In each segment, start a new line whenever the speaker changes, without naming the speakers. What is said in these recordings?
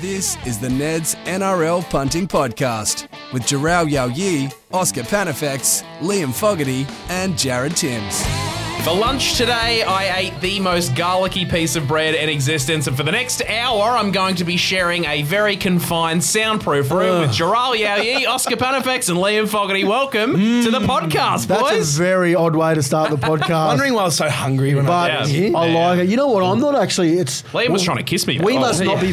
This is the Neds NRL Punting Podcast with Jarrell Yao Yi, Oscar Panifex, Liam Fogarty, and Jared Timms.
For lunch today, I ate the most garlicky piece of bread in existence, and for the next hour, I'm going to be sharing a very confined, soundproof room with Gerald Yao Yi, Oscar Panifex, and Liam Fogarty. Welcome to
Mm,
the podcast,
That's
boys.
a very odd way to start the podcast.
Wondering why I was so hungry when I
but
Yeah.
I like it. You know what? I'm not actually. It's
Liam was trying to kiss me.
We
Oh,
must not be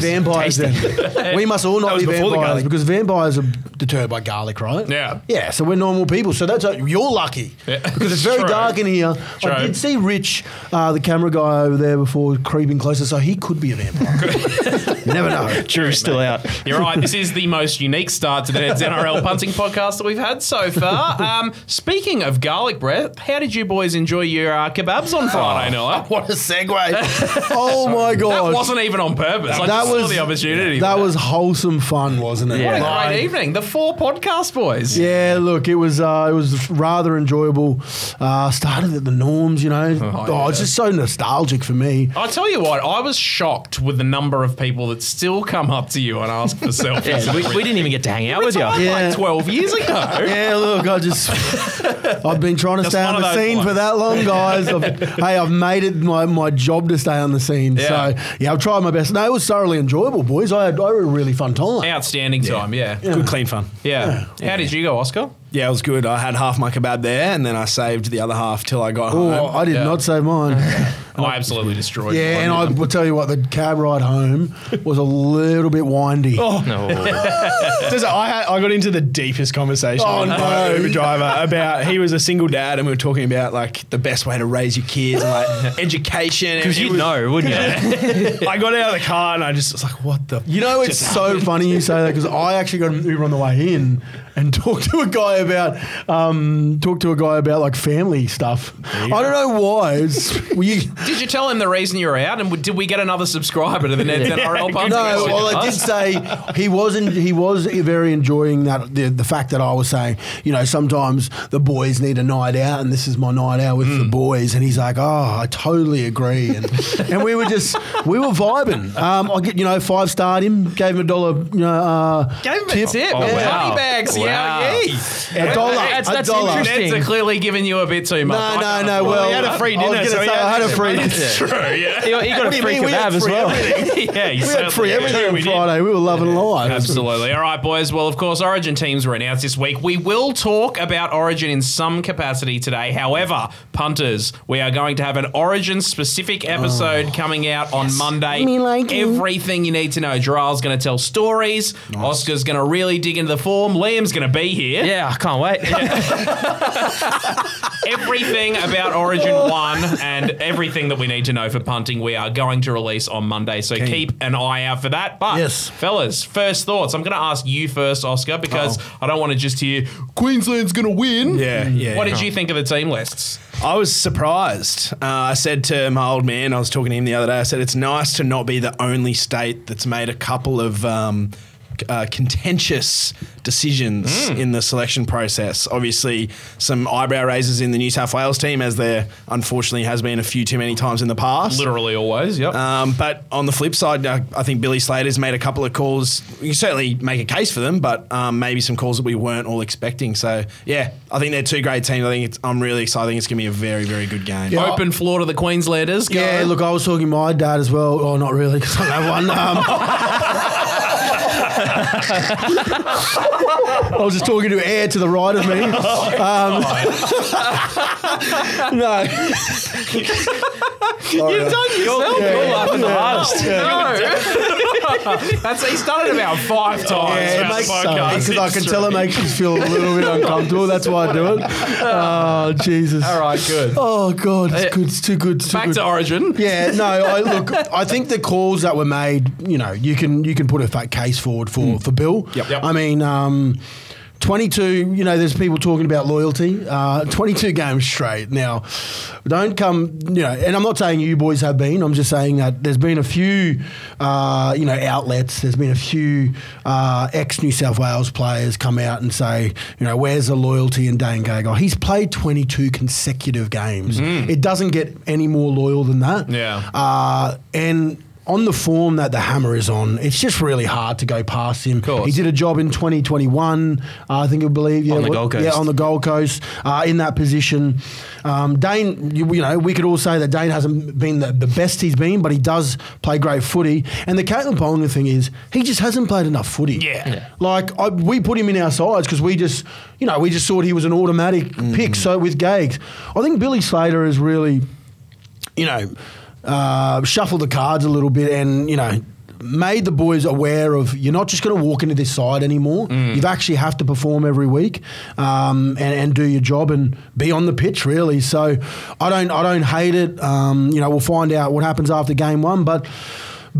vampires then. we must all not
was
be
before the
vampires
garlic.
because vampires are deterred by garlic, right?
Yeah.
Yeah. So we're normal people. So that's a, you're lucky
Yeah.
because it's very
True.
dark in here.
True.
I did see Rich, uh, the camera guy over there, before creeping closer, so he could be a vampire. You Never know.
Drew's still out.
You're right. This is the most unique start to the Ned's NRL punting podcast that we've had so far. Um, speaking of garlic bread, how did you boys enjoy your uh, kebabs on Friday night?
Oh, What a segue.
Oh my
That
god.
wasn't even on purpose. I
That
just saw
was
the opportunity.
That was wholesome fun, wasn't it?
What a
Like-
great evening. The four podcast boys.
Yeah, look, it was uh, it was rather enjoyable. Uh, started at the norms, you know. Oh, it's just so nostalgic for me.
I tell you what, I was shocked with the number of people that still come up to you and ask for selfies.
yeah, we, we didn't even get to hang out with you.
Retired
Yeah.
Like 12 years ago.
Yeah, look, I just I've been trying to stay
one
on
of
the
those
scene for
ones.
that long, guys. I've, hey, I've made it my, my job to stay on the scene.
Yeah.
So yeah, I've tried my best. No, it was thoroughly enjoyable, boys. I had, I had a really fun time.
Outstanding time, yeah. Yeah.
Good, clean fun.
How did you go, Oscar?
Yeah, it was good. I had half my kebab there, and then I saved the other half till I got
Oh,
home.
I did
Yeah.
not say mine.
I absolutely destroyed
Yeah,
it.
and I will tell you what, the cab ride home was a little bit windy.
Oh, no.
Does it- I, had, I got into the deepest conversation
Oh,
with my
no.
Uber driver about he was a single dad and we were talking about like the best way to raise your kids and like education.
Because
And
you'd
it was-
know, wouldn't you?
I got out of the car and I just was like, what the?
You know, it's so funny you say that because I actually got an Uber on the way in and talked to a guy about um, talked to a guy about like family stuff. I don't know why. It's, well, you,
Did you tell him the reason you were out? And w- did we get another subscriber to the Ned's NRL podcast?
no, well, I did say he wasn't. He was very enjoying that the, the fact that I was saying, you know, sometimes the boys need a night out, and this is my night out with the boys. And he's like, oh, I totally agree. And, and we were just we were vibing. Um, I get you know five starred him, gave him a dollar. You know, uh,
Gave him a tip.
Oh, wow.
Money bags, yeah,
Wow.
yeah.
A dollar.
That's-
a
that's
dollar.
interesting.
Ned's are clearly giving you a bit too much. I
No, no,
can't
no.
afford
Well,
it.
had a free
I was
dinner,
gonna
so he
say,
had
I had a free.
He, he got a free
mean? We had
kebab as
free
well.
yeah, you
We had free
certainly-
everything on
We did.
Friday. We were loving life.
Absolutely. All right, boys. Well, of course, Origin teams were announced this week. We will talk about Origin in some capacity today. However, punters, we are going to have an Origin specific episode coming out on Monday.
Oh. Me like you.
Everything you need to know. Gerald's going to tell stories. Oscar's going to really dig into the form. Liam's going to be here.
Yeah, I can't wait.
Everything about Origin
Oh.
1 and everything that we need to know for punting, we are going to release on Monday. So keep an eye out for that. But,
Yes.
fellas, first thoughts. I'm going to ask you first, Oscar, because
Oh.
I don't want to just hear Queensland's going to win.
Yeah, yeah.
What did you think of the team lists?
I was surprised. Uh, I said to my old man, I was talking to him the other day. I said it's nice to not be the only state that's made a couple of um, c- uh, contentious decisions in the selection process. Obviously, some eyebrow raisers in the New South Wales team, as there unfortunately has been a few too many times in the past.
Literally always, yep.
Uh,
Um, but on the flip side, I, I think Billy Slater's made a couple of calls. You can certainly make a case for them, but um, maybe some calls that we weren't all expecting. So yeah, I think they're two great teams. I think it's, I'm really excited. I think it's going to be a very very good game.
Yeah.
Open floor to the Queenslanders. Go.
Yeah, look, I was talking to my dad as well. Oh, not really, because I don't have one. Um, I was just talking to air to the right of me. Um, no.
You've done yourself.
Yeah,
You're
yeah,
laughing the
yeah.
hardest. No. That's, he's done it about five times.
Yeah, it
throughout the
makes
Oh, podcast.
because I can
It's
tell it
true.
makes you feel a little bit uncomfortable. That's why I do it. Oh, Jesus.
All right, good.
Oh, God. It's, good. it's too good. It's too
Back
good.
to Origin.
Yeah, no. I look. I think the calls that were made, you know, you can you can put a fat case forward for for Bill.
Hmm. Yep. Yep.
I mean, um, twenty two. You know, there's people talking about loyalty. Uh, twenty two games straight. Now, don't come. You know, and I'm not saying you boys have been. I'm just saying that there's been a few, uh, you know, outlets. There's been a few uh, ex New South Wales players come out and say, you know, where's the loyalty in Dane Gagai? He's played twenty two
Hmm.
consecutive games. It doesn't get any more loyal than that.
Yeah.
Uh, and on the form that the hammer is on, it's just really hard to go past him.
course.
He did a job in 2021, uh, I think you believe. Yeah,
the
what-
Gold Coast.
Yeah, on the Gold Coast uh, in that position. Um, Dane, you, you know, we could all say that Dane hasn't been the, the best he's been, but he does play great footy. And the Caitlin Ponga thing is, he just hasn't played enough footy.
Yeah. Yeah.
Like, I, we put him in our sides because we just, you know, we just thought he was an automatic
Mm.
pick. So with Gags, I think Billy Slater is really you know, uh, shuffled the cards a little bit and, you know, made the boys aware of you're not just going to walk into this side anymore. You've actually have to perform every week um, and, and do your job and be on the pitch really. So I don't I don't hate it. Um, you know, we'll find out what happens after game one, but.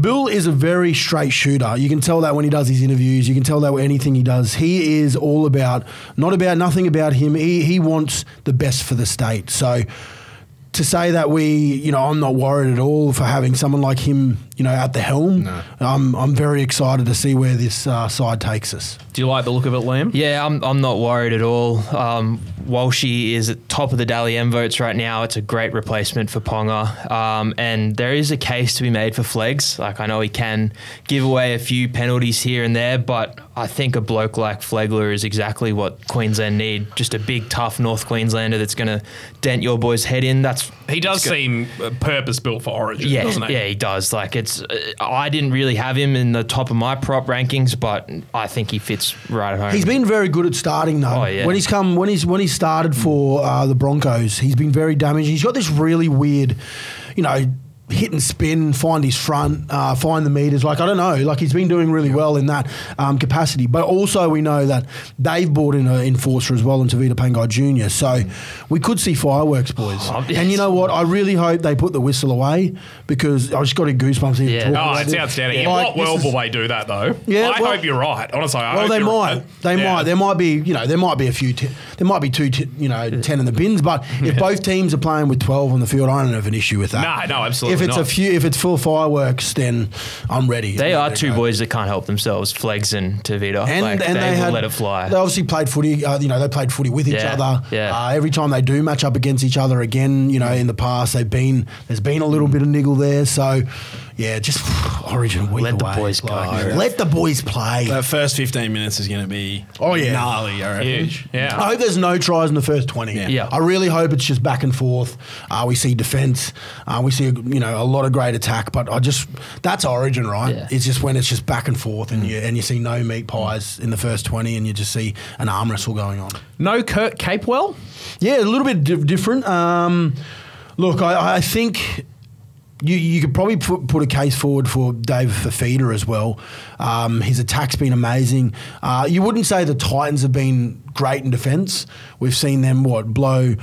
Bill is a very straight shooter. You can tell that when he does his interviews. You can tell that with anything he does. He is all about, not about, nothing about him. He, he wants the best for the state. So to say that we, you know, I'm not worried at all for having someone like him, you know, at the helm. I'm, I'm very excited to see where this uh, side takes us.
Do you like the look of it, Liam?
Yeah, I'm, I'm not worried at all. Um, Walshy is at top of the Daily M votes right now. It's a great replacement for Ponga. Um, and there is a case to be made for Flegs. Like, I know he can give away a few penalties here and there, but I think a bloke like Flegler is exactly what Queensland need. Just a big, tough North Queenslander that's going to dent your boy's head in. That's
He does seem purpose built for Origin,
yeah,
doesn't he?
yeah, he does. Like it's, uh, I didn't really have him in the top of my prop rankings, but I think he fits right at home.
He's been very good at starting though.
Oh, yeah.
When he's come, when he's when he started for uh, the Broncos, he's been very damaging. He's got this really weird, you know, hit and spin, find his front, uh, find the meters. Like I don't know, like he's been doing really well in that um, capacity. But also we know that they've brought in an enforcer as well, into Vita Pangai Junior. So we could see fireworks, boys.
Oh,
And you
yes.
know what? I really hope they put the whistle away because I just got a goosebumps even
Yeah.
talking
Oh,
about
it's
it.
outstanding. In
Like,
what
this
world
is-
will they do that, though?
Yeah,
I
well-
hope you're right. Honestly, I
well,
hope
they
you're
might.
right.
They
Yeah.
might. There might be. You know, there might be a few. T- there might be two. T- you know, ten in the bins. But if both teams are playing with twelve on the field, I don't have an issue with that.
No, no, absolutely
If it's a
not.
few, if it's full fireworks, then I'm ready.
They
I'm
are
ready to
two
go.
boys that can't help themselves, Flegs and Tavita.
And,
like,
and
they,
they
will
had,
let it fly.
They obviously played footy. Uh, you know, they played footy with each
Yeah,
other.
yeah.
Uh, every time they do match up against each other again, you know, in the past, they've been there's been a little bit of niggle there. So, yeah, just Origin a week
Let the
away.
boys go.
Like, Let the boys play.
That first 15 minutes is going to be
Oh, yeah.
gnarly, I reckon.
Huge.
I
Yeah.
hope there's no tries in the first 20.
Yeah.
I really hope it's just back and forth. Uh, we see defence. Uh, we see, you know, a lot of great attack. But I just, that's origin, right?
Yeah.
It's just when it's just back and forth and, you, and you see no meat pies in the first 20 and you just see an arm wrestle going on.
No Kurt Capewell?
Yeah, a little bit di- different. Um, look, I, I think you, you could probably put, put a case forward for Dave Fafita as well. Um, his attack's been amazing. Uh, you wouldn't say the Titans have been great in defence. We've seen them what blow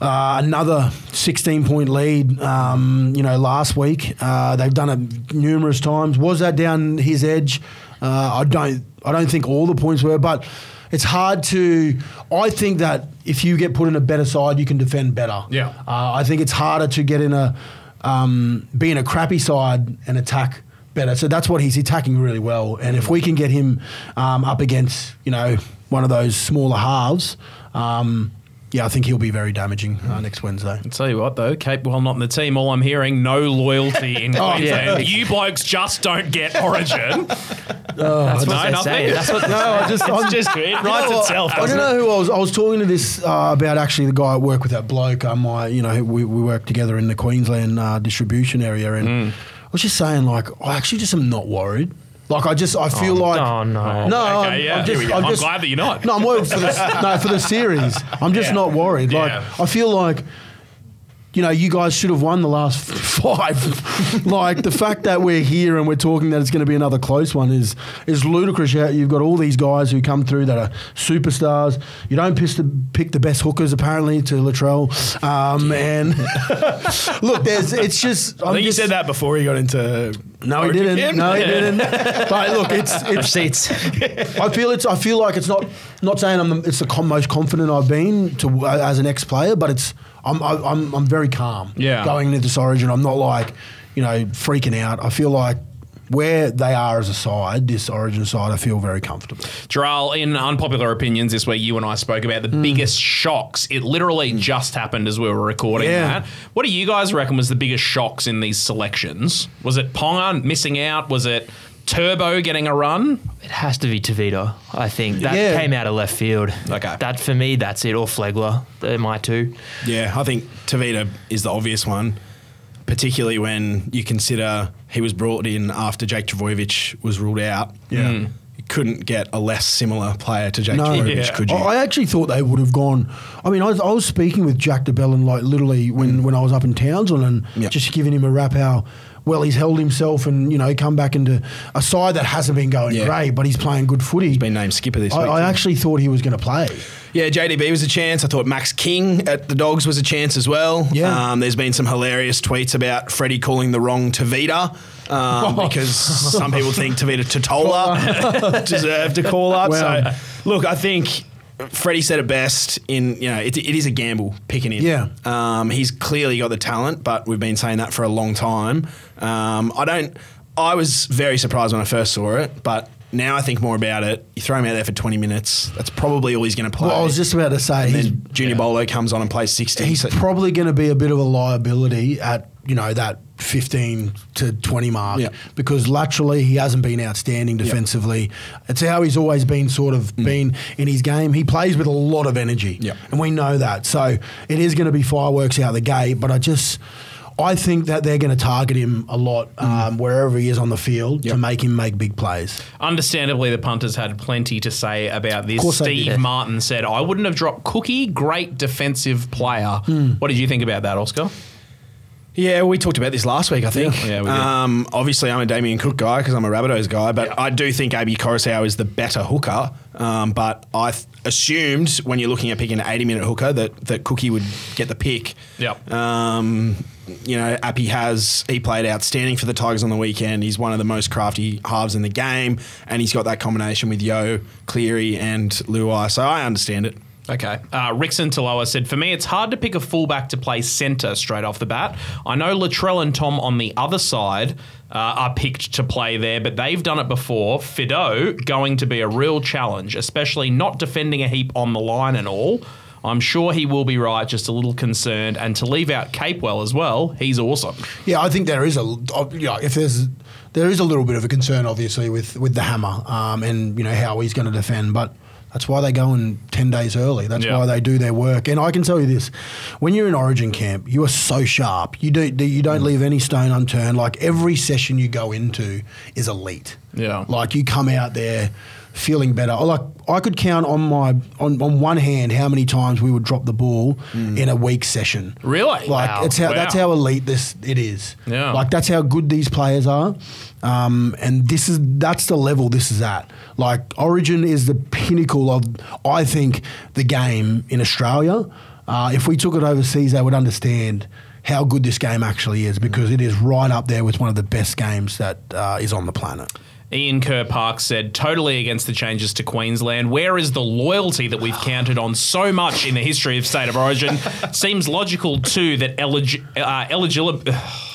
uh, another 16 point lead. Um, you know, last week uh, they've done it numerous times. Was that down his edge? Uh, I don't. I don't think all the points were, but it's hard to. I think that if you get put in a better side, you can defend better.
Yeah.
Uh, I think it's harder to get in a um, be in a crappy side and attack better. So that's what he's attacking really well. And if we can get him um, up against you know one of those smaller halves, um, yeah, I think he'll be very damaging uh, next Wednesday.
Tell you what, though, Capewell not in the team. All I'm hearing, no loyalty in
Oh,
Queensland.
yeah.
You blokes just don't get Origin.
That's
no,
what they're
nothing.
saying. That's what
No, I just
it's just it writes itself.
I don't know who I was. I was talking to this uh, about actually the guy at work with that bloke. Um, my, you know, we, we work together in the Queensland uh, distribution area, and
Hmm.
I was just saying, like, I actually just am not worried. Like, I just, I feel like,
oh, no.
no,
Okay,
I'm,
yeah,
I'm
here
just,
we go.
I'm,
I'm
just-
glad that you're not.
No, I'm worried for the, no, for the series. I'm just
Yeah.
not worried. Like,
Yeah.
I feel like. You know, you guys should have won the last f- five. like the fact that we're here and we're talking that it's going to be another close one is is ludicrous. Yeah, You've got all these guys who come through that are superstars. You don't piss the, pick the best hookers apparently to Latrell. Um, and look, there's it's just.
I
I'm
think you
just-
said that before he got into.
No, he didn't. No, he didn't. But look, it's it's
seats.
I feel it's. I feel like it's not. Not saying I'm. the- It's the com- most confident I've been to uh, as an ex-player, but it's. I'm. I, I'm. I'm very calm.
Yeah.
Going into this Origin, I'm not like, you know, freaking out. I feel like where they are as a side, this Origin side, I feel very comfortable.
Jarrell, in unpopular opinions, this week you and I spoke about the
Hmm.
biggest shocks. It literally just happened as we were recording
Yeah.
that. What do you guys reckon was the biggest shocks in these selections? Was it Ponga missing out? Was it Turbo getting a run?
It has to be Tavita. I think that
Yeah.
came out of left field.
Okay.
That for me, that's it. Or Flegler. They're my two.
Yeah, I think Tavita is the obvious one, particularly when you consider he was brought in after Jake Travojevic was ruled out. Yeah. You couldn't get a less similar player to Jake Travojevic, could you?
I I actually thought they would have gone. I mean, I was, I was speaking with Jack DeBellin like literally when, when I was up in Townsville and
Yeah.
just giving him a rap how well he's held himself and you know come back into a side that hasn't been going
Yeah.
great, but he's playing good footy.
Been named skipper this
I,
week.
I actually thought he was going to play.
Yeah, JDB was a chance. I thought Max King at the Dogs was a chance as well.
Yeah.
Um, there's been some hilarious tweets about Freddie calling the wrong Tavita. Um,
Oh.
because some people think Tavita Totola deserved to call up.
Wow.
So, look, I think Freddie said it best in, you know, it, it is a gamble picking him.
Yeah.
Um, he's clearly got the talent, but we've been saying that for a long time. Um, I don't. I was very surprised when I first saw it, but now I think more about it. You throw him out there for 20 minutes. That's probably all he's going to play.
Well, I was just about to say
and
he's,
then Junior Bolo comes on and plays 60.
he's
So-
probably going to be a bit of a liability at you know that. 15 to 20 mark
Yeah.
because laterally he hasn't been outstanding defensively. It's how he's always been sort of been in his game. He plays with a lot of energy.
Yeah.
And we know that. So it is going to be fireworks out the gate, but I just I think that they're going to target him a lot um, wherever he is on the field to make him make big plays.
Understandably, the punters had plenty to say about this.
course they
Steve
did.
Martin said, I wouldn't have dropped Cookie, great defensive player.
Hmm.
What did you think about that, Oscar?
Yeah, we talked about this last week, I think.
Yeah. Yeah, we did.
um, obviously, I'm a Damien Cook guy because I'm a Rabbitohs guy, but I do think AB Coruscant is the better hooker. Um, but I th- assumed when you're looking at picking an 80 minute hooker that, that Cookie would get the pick.
Yep.
Um, you know, Appy has he played outstanding for the Tigers on the weekend. He's one of the most crafty halves in the game, and he's got that combination with Yo, Cleary, and Luai. So I understand it.
Okay. Uh, Rickson Taloa said, For me, it's hard to pick a fullback to play centre straight off the bat. I know Latrell and Tom on the other side uh, are picked to play there, but they've done it before. Fido going to be a real challenge, especially not defending a heap on the line and all. I'm sure he will be right, just a little concerned. And to leave out Capewell as well, he's awesome.
Yeah, I think there is a you know, if there's there is a little bit of a concern obviously with with the hammer um, and you know how he's going to defend, but that's why they go in ten days early. That's
Yeah.
why they do their work. And I can tell you this: when you're in Origin camp, you are so sharp. You do you
Mm.
don't leave any stone unturned. Like every session you go into is elite.
Yeah.
like you come out there. Feeling better, I like I could count on my on, on one hand how many times we would drop the ball in a week session.
Mm. Really?
Like
Wow.
it's how that's
Wow.
how elite this it is.
Yeah.
Like that's how good these players are. Um, and this is that's the level this is at. Like Origin is the pinnacle of I think the game in Australia. Uh, if we took it overseas, they would understand how good this game actually is because it is right up there with one of the best games that uh, is on the planet.
Ian Kerr Park said, totally against the changes to Queensland. Where is the loyalty that we've counted on so much in the history of State of Origin? Seems logical, too, that elig- uh, eligibility.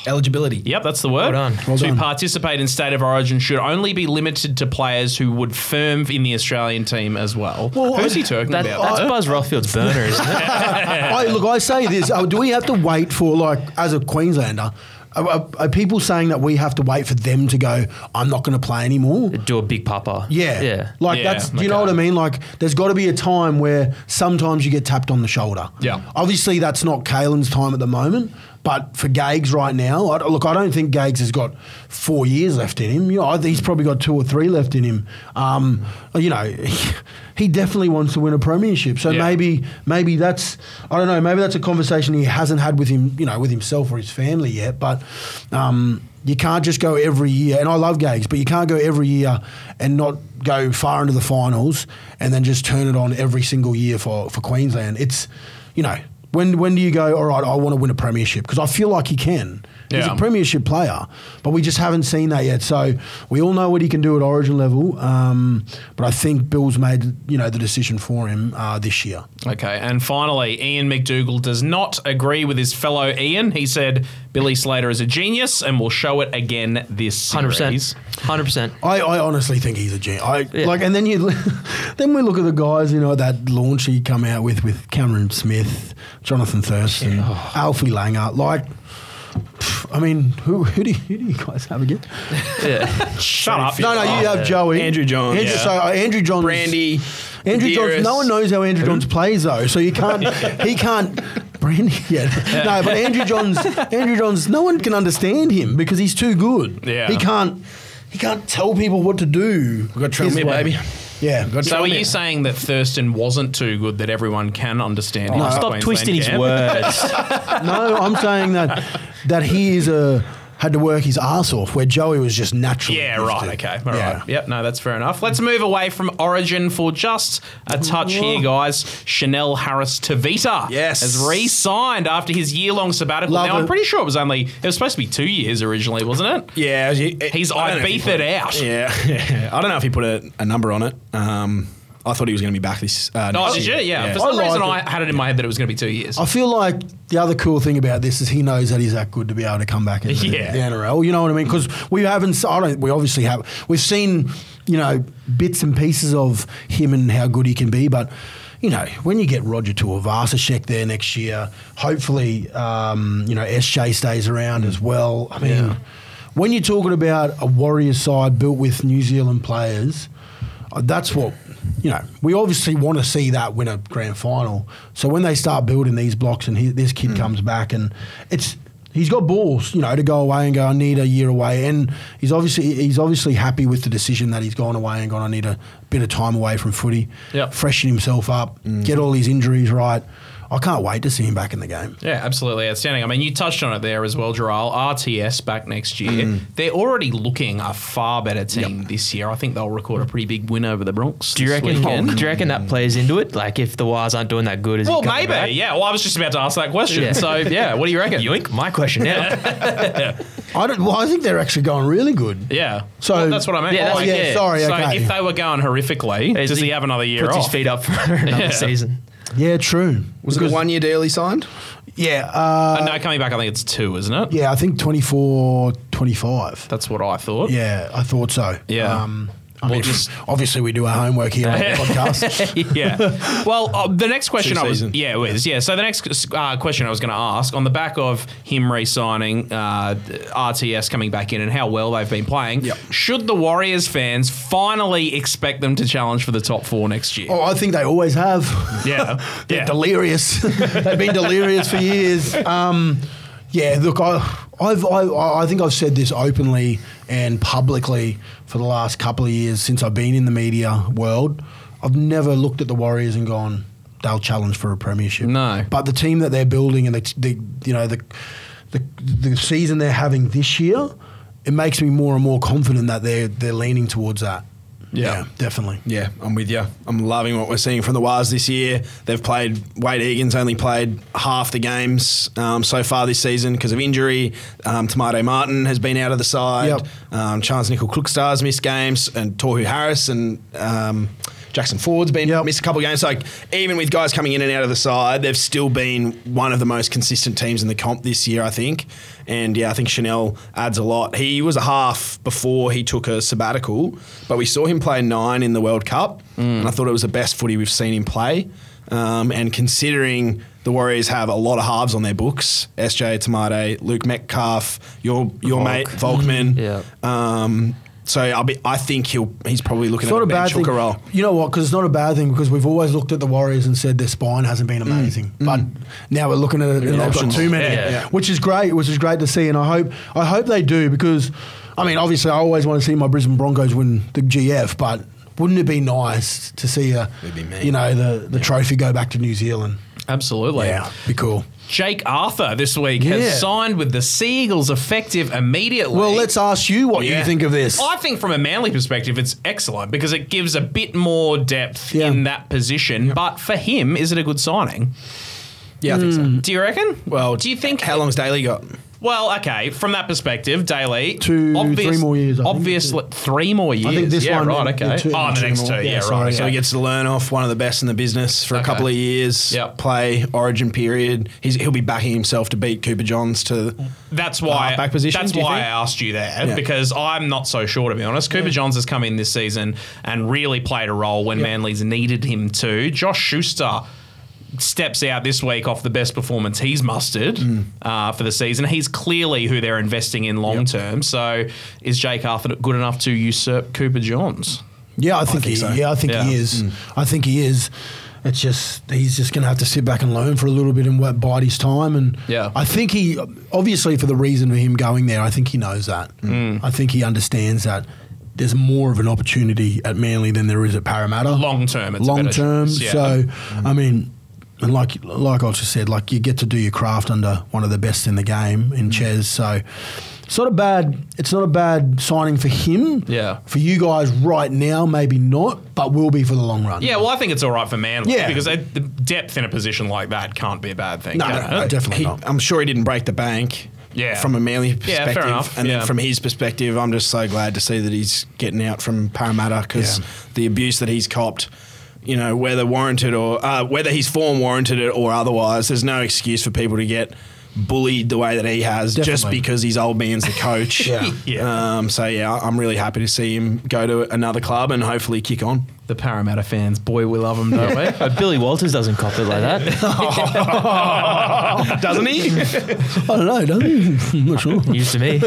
Eligibility.
Yep, that's the word.
Well done.
Well
to
done.
participate in State of Origin should only be limited to players who would firm in the Australian team as well. Who's he talking
That,
about?
that's Buzz Rothfield's burner, isn't it?
I, look, I say this. uh, do we have to wait for, like, as a Queenslander, are, are, are people saying that we have to wait for them to go, I'm not going to play anymore?
Do a big papa.
Yeah.
Yeah.
Like
Yeah,
that's do you know
okay.
what I mean? Like there's got to be a time where sometimes you get tapped on the shoulder.
Yeah.
Obviously that's not Kalen's time at the moment, but for Gags right now, I, look, I don't think Gags has got four years left in him. You know, I think he's
Mm.
probably got two or three left in him. Um, you know, he definitely wants to win a premiership. So
Yeah.
maybe maybe that's I don't know. Maybe that's a conversation he hasn't had with him, you know, with himself or his family yet. But um, you can't just go every year. And I love Gags, but you can't go every year and not go far into the finals and then just turn it on every single year for for Queensland. It's you know when when do you go? All right, I want to win a premiership because I feel like he can. He's
Yeah.
a premiership player, but we just haven't seen that yet. So we all know what he can do at Origin level, um, but I think Bill's made you know the decision for him uh, this year.
Okay, and finally, Ian McDougall does not agree with his fellow Ian. He said Billy Slater is a genius and will show it again this
Hundred
series.
percent. Hundred percent.
I, I honestly think he's a genius. I, Like, and then you, then we look at the guys. You know that launch he come out with with Cameron Smith, Jonathan Thurston, Alfie Langer. Like, pff, I mean, who who do you, who do you guys have again?
Yeah.
Shut up.
No, no, you have Joey,
Andrew Johns.
Andrew,
Yeah.
So uh, Andrew Johns,
Brandy,
Andrew Johns.
Dearest.
No one knows how Andrew Johns plays though, so you can't. he can't. Brandy, yeah, no, but Andrew Johns. Andrew Johns. No one can understand him because he's too good.
Yeah.
he can't. He can't tell people what to do.
We've got trouble
his
here,
way.
baby.
Yeah.
Got
So are
trouble
you
here.
saying that Thurston wasn't too good that everyone can understand? him?
Stop
Queensland
twisting his
can?
words.
No, I'm saying that that he is a had to work his ass off where Joey was just natural.
Yeah, right.
gifted.
Okay. All right.
Yeah.
Yep. No, that's fair enough. Let's move away from Origin for just a touch here, guys. Chanel Harris Tavita
Yes.
has re-signed after his year-long sabbatical.
Love
now I'm
it.
pretty sure it was only it was supposed to be two years originally, wasn't it?
Yeah, he-
He's
I don't know if he
Ibiza
put-
it out.
Yeah, yeah. I don't know if he put a, a number on it. Um, I thought he was going to be back this. Uh,
Oh,
next
did you?
year.
Yeah. For
I
some
like
reason,
it.
I had it in my head that it was going to be two years.
I feel like the other cool thing about this is he knows that he's that good to be able to come back into
Yeah.
the, the NRL. You know what I mean? Because we haven't. s- I don't. We obviously have. We've seen, you know, bits and pieces of him and how good he can be. But you know, when you get Roger to a Vasashek there next year, hopefully, um, you know, SJ stays around as well. I mean, when you're talking about a Warrior side built with New Zealand players. Uh, that's what you know. We obviously want to see that win a grand final. So when they start building these blocks, and he, this kid
Hmm.
comes back, and it's he's got balls, you know, to go away and go. I need a year away, and he's obviously he's obviously happy with the decision that he's gone away and gone. I need a bit of time away from footy,
Yep. Mm.
freshen himself up, get all his injuries right. I can't wait to see him back in the game.
Yeah, absolutely outstanding. I mean, you touched on it there as well, Gerald. RTS back next year.
Mm.
They're already looking a far better team this year. I think they'll record a pretty big win over the Bronx.
Do you
this
reckon?
weekend.
Do you reckon that plays into it? Like, if the Wires aren't doing that good, is he
Well,
coming
maybe.
back?
Yeah. Well, I was just about to ask that question.
Yeah.
So, yeah. What do you reckon?
Yoink! My question now.
I don't. Well, I think they're actually going really good.
Yeah.
So-
Well, that's what I meant.
Yeah, that's-
Like,
yeah,
sorry,
So
okay.
if they were going horrifically,
Is
does he,
he-
have another year
Puts
off?
his feet up for another
Yeah.
season.
Yeah, true.
Was it a one year deal he signed?
Yeah, uh,
Uh, no, coming back, I think it's two, isn't it?
yeah. I think 24, 25.
That's what I thought.
Yeah, I thought so.
Yeah.
Um, I
Well,
mean,
just-
obviously, we do our homework here on the podcast.
yeah. Well, uh, the next question
Two
I was
seasons.
yeah, it was yeah. So the next uh, question I was going to ask on the back of him re-signing uh, RTS coming back in and how well they've been playing,
Yep.
should the Warriors fans finally expect them to challenge for the top four next year?
Oh, I think they always have.
Yeah.
They're
Yeah.
delirious. They've been delirious for years. Um, yeah, look, I, I've, I, I think I've said this openly and publicly for the last couple of years since I've been in the media world. I've never looked at the Warriors and gone, they'll challenge for a premiership.
No.
But the team that they're building and the, the you know the, the the season they're having this year, it makes me more and more confident that they're they're leaning towards that.
Yeah.
definitely.
Yeah, I'm with you. I'm loving what we're seeing from the Wires this year. They've played, Wade Egan's only played half the games um, so far this season because of injury. Um, Tomato Martin has been out of the side.
Yep.
Um, Charles Nickel Cookstar's missed games, and Torhu Harris and um, Jackson Ford's been
Yep.
missed a couple of games. Like, even with guys coming in and out of the side, they've still been one of the most consistent teams in the comp this year, I think. And yeah, I think Chanel adds a lot. He was a half before he took a sabbatical, but we saw him play nine in the World Cup, and I thought it was the best footy we've seen him play. Um, and considering the Warriors have a lot of halves on their books, SJ Tamade, Luke Metcalf, your your mate Volkman.
Yeah.
Um, so I'll be. I think he'll. He's probably looking
It's
at
not
a
a bad
bench
thing.
hooker role.
You know what? Because it's not a bad thing because we've always looked at the Warriors and said their spine hasn't been amazing, but now we're looking at it and they've got
Mm. options.
too many,
Yeah, yeah.
which is great. Which is great to see, and I hope I hope they do because, I mean, obviously I always want to see my Brisbane Broncos win the GF, but wouldn't it be nice to see a,
It'd be mean.
you know, the the trophy go back to New Zealand?
Absolutely.
Yeah, be cool.
Jake Arthur this week
Yeah.
has signed with the Seagulls effective immediately.
Well, let's ask you what you think of this.
I think from a manly perspective, it's excellent because it gives a bit more depth
Yeah.
in that position. But for him, is it a good signing?
Yeah, I think so.
Mm.
Do you reckon?
Well,
do you think?
How long's Daly got?
Well, okay. From that perspective, Daly
Two- three more years, I think.
obviously, three more years.
think this
yeah,
one
right.
and-
Okay.
and two-
oh,
and
the
two
next two.
more.
Yeah,
Yeah,
right.
sorry,
okay.
So he gets to learn off one of the best in the business for
Okay.
a couple of years.
Yep.
Play Origin period. He's, he'll be backing himself to beat Cooper Johns to.
That's why.
halfback position,
that's
do you
why
think?
I asked you that
Yeah.
because I'm not so sure to be honest. Cooper Johns has come in this season and really played a role when Manly's needed him to. Josh Schuster steps out this week off the best performance he's mustered
Mm.
uh, for the season. He's clearly who they're investing in long term. So is Jake Arthur good enough to usurp Cooper Johns?
Yeah, I think,
think
he.
so.
Yeah, I think
Yeah.
he is. I think he is. It's just he's just going to have to sit back and learn for a little bit and wa- bide his time. And
Yeah.
I think he obviously for the reason of him going there, I think he knows that. I think he understands that. There's more of an opportunity at Manly than there is at Parramatta.
Long term, it's a
long
better
term.
chance, yeah. Mm-hmm.
So I mean, and like like I just said, like you get to do your craft under one of the best in the game
Mm-hmm.
in Ches. So it's not a bad it's not a bad signing for him.
Yeah.
For you guys right now, maybe not, but will be for the long run.
Yeah, well, I think it's all right for Manly
Yeah.
because they, the depth in a position like that can't be a bad thing.
No,
can
no, no,
it?
definitely
He,
not.
I'm sure he didn't break the bank.
Yeah.
From a Manly
fair
perspective,
enough,
and
yeah.
then from his perspective, I'm just so glad to see that he's getting out from Parramatta because
Yeah.
the abuse that he's copped, you know, whether warranted or uh, whether his form warranted it or otherwise, there's no excuse for people to get bullied the way that he has just
Definitely.
because his old man's the coach.
Yeah.
Yeah.
Um, so yeah, I'm really happy to see him go to another club and hopefully kick on.
The Parramatta fans, boy, we love them, don't we?
But Billy Walters doesn't cop it like that.
Doesn't he?
I don't know, don't you? I'm not sure.
News to me.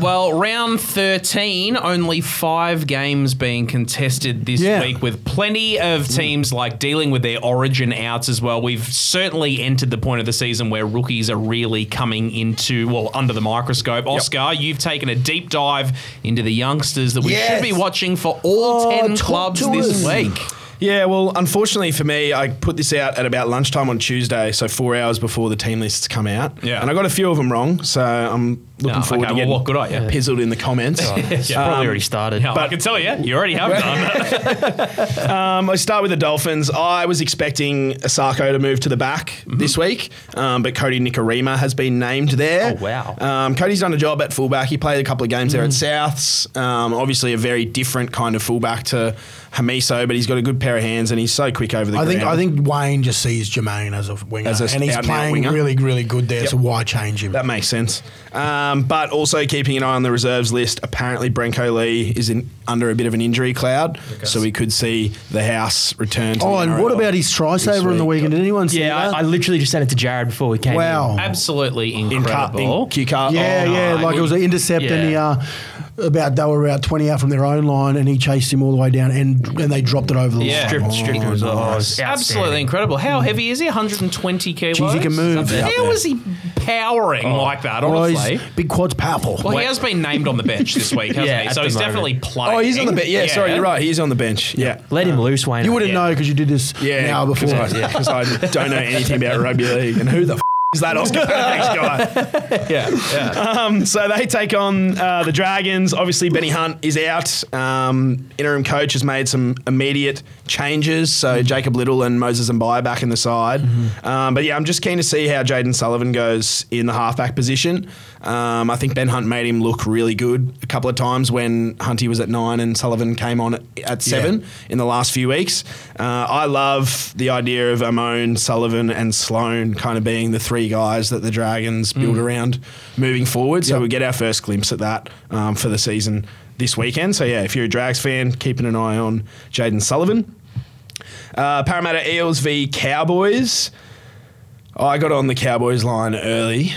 Well, round 13, only five games being contested this
Yeah. Mm.
week, with plenty of teams like dealing with their origin outs as well. We've certainly entered the point of the season where rookies are really coming into, well, under the microscope. Oscar, you've taken a deep dive into the youngsters that we should
Yes.
be watching for all
Oh,
10
talk
clubs
to
this
us.
week.
Yeah, well, unfortunately for me, I put this out at about lunchtime on Tuesday, so four hours before the team lists come out.
Yeah.
And I got a few of them wrong, so I'm looking
No,
forward
okay,
to
well,
getting
what good are you?
pizzled in the comments.
It's probably already started.
Now, I can tell you, you already have done.
Um, I start with the Dolphins. I was expecting Asako to move to the back
Mm-hmm.
this week, um, but Cody Nikarima has been named there.
Oh, wow.
Um, Cody's done a job at fullback. He played a couple of games there at
Mm-hmm.
Souths. Um, obviously, a very different kind of fullback to Hamiso, but he's got a good pair of hands and he's so quick over the
I think
ground.
I think Wayne just sees Jermaine as a winger,
As a
and he's
out-and-out
playing
winger.
really, really good there. So why change him?
That makes sense. Um, but also keeping an eye on the reserves list. Apparently, Brenko Lee is in, under a bit of an injury cloud, so we could see the house return. To
oh,
the
and
NRL
what about his try
this
saver in the
week.
weekend? Did anyone see
Yeah, I, I
that?
literally just sent it to Jared before we came. in.
wow.
Absolutely
in car,
incredible.
in cue card?
Yeah,
Oh,
yeah.
no,
Like it was an intercept, and he uh, about they were about twenty out from their own line, and he chased him all the way down, and and they dropped it over the
Yeah.
line.
Stripped-
Oh,
stripped him as well.
nice.
Oh, it's
Absolutely
outstanding.
incredible. How
Mm.
heavy is he? 120 kilos.
he can move.
Something.
Yeah.
How is he powering like that?
Oh,
Honestly.
he's, big quad's powerful.
well, he has been named on the bench this week, hasn't
Yeah,
he?
at
So
the
he's
moment.
definitely playing.
Oh, he's on the bench. Yeah, sorry, you're right. He's on the bench. Yeah.
Let him loose, Wayne.
you wouldn't 'cause know because you did this an
Yeah,
hour before.
Because I, 'cause I don't know anything about rugby league. And who the f- is that Oscar Pantex guy?
Yeah, yeah.
Um, so they take on uh, the Dragons. Obviously, Benny Hunt is out. Um, interim coach has made some immediate changes. So
Mm-hmm.
Jacob Little and Moses and back in the side. Um, but yeah, I'm just keen to see how Jaden Sullivan goes in the halfback position. Um, I think Ben Hunt made him look really good a couple of times when Hunty was at nine and Sullivan came on at, at seven in the last few weeks. Uh, I love the idea of Amon, Sullivan, and Sloan kind of being the three guys that the Dragons build around moving forward. So we get our first glimpse at that um, for the season this weekend. So yeah, if you're a Drags fan, keeping an eye on Jaden Sullivan. Uh, Parramatta Eels v Cowboys. I got on the Cowboys line early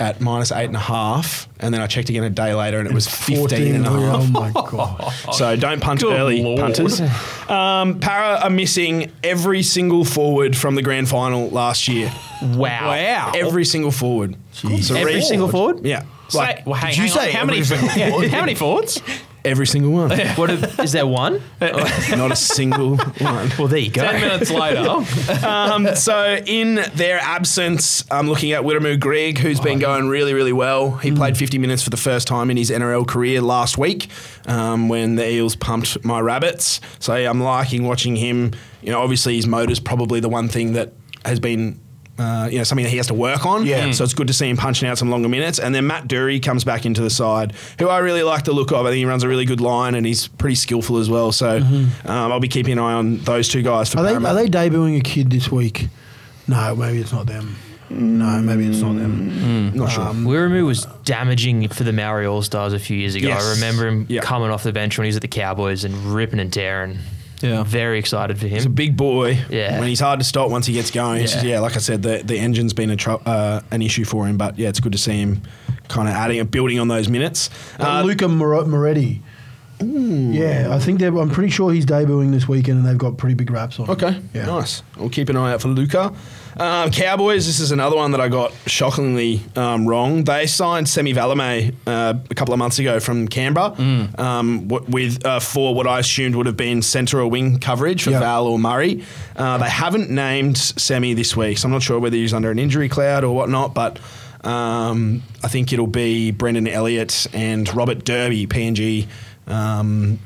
at minus eight and a half, and then I checked again a day later and it was 15 and a half.
Oh my god!
So don't punt
Good
early,
Lord.
punters. Um, Para are missing every single forward from the grand final last year.
Wow. Wow.
Every single forward. So
Every single forward?
Yeah.
Say, well, hey,
you
hang on.
say
how many?
everything?
how many forwards?
Every single one. Not
What if, is there one?
a single one.
Well, there you go.
Ten minutes later.
Um, so in their absence, I'm looking at Widamu Greg, who's been going really, really well. He
Hmm.
played 50 minutes for the first time in his NRL career last week um, when the Eels pumped my Rabbits. So I'm liking watching him. You know, obviously his motor's probably the one thing that has been uh, you know, something that he has to work on.
Yeah. Mm.
So it's good to see him punching out some longer minutes. And then Matt Dury comes back into the side, who I really like the look of. I think he runs a really good line and he's pretty skillful as well. So um, I'll be keeping an eye on those two guys for
Mm-hmm. Are they,
Parramatta.
are they debuting a kid this week? No, maybe it's not them. No, maybe it's not them.
Not sure.
Um,
Wiramu was damaging for the Maori All Stars a few years ago. I
Yes.
remember him
Yeah.
coming off the bench when he was at the Cowboys and ripping and tearing.
Yeah.
Very excited for
He's a
him.
big boy.
Yeah.
And he's hard to stop once he gets going. It's
Yeah.
just- Yeah. like I said, the, the engine's been a tr- uh, an issue for him, but yeah, it's good to see him kind of adding and building on those minutes.
Uh,
Uh,
Luca Mor- Moretti. Yeah, I think they're. I'm pretty sure he's debuting this weekend, and they've got pretty big raps on. him.
Okay,
Yeah.
nice. We'll keep an eye out for Luca. Um, Cowboys, this is another one that I got shockingly um, wrong. They signed Semi Valame uh, a couple of months ago from Canberra
Mm.
um, w- with uh, for what I assumed would have been centre or wing coverage for
Yeah.
Val or Murray. Uh, they haven't named Semi this week, so I'm not sure whether he's under an injury cloud or whatnot, but. Um, I think it'll be Brendan Elliott and Robert Derby, PNG um,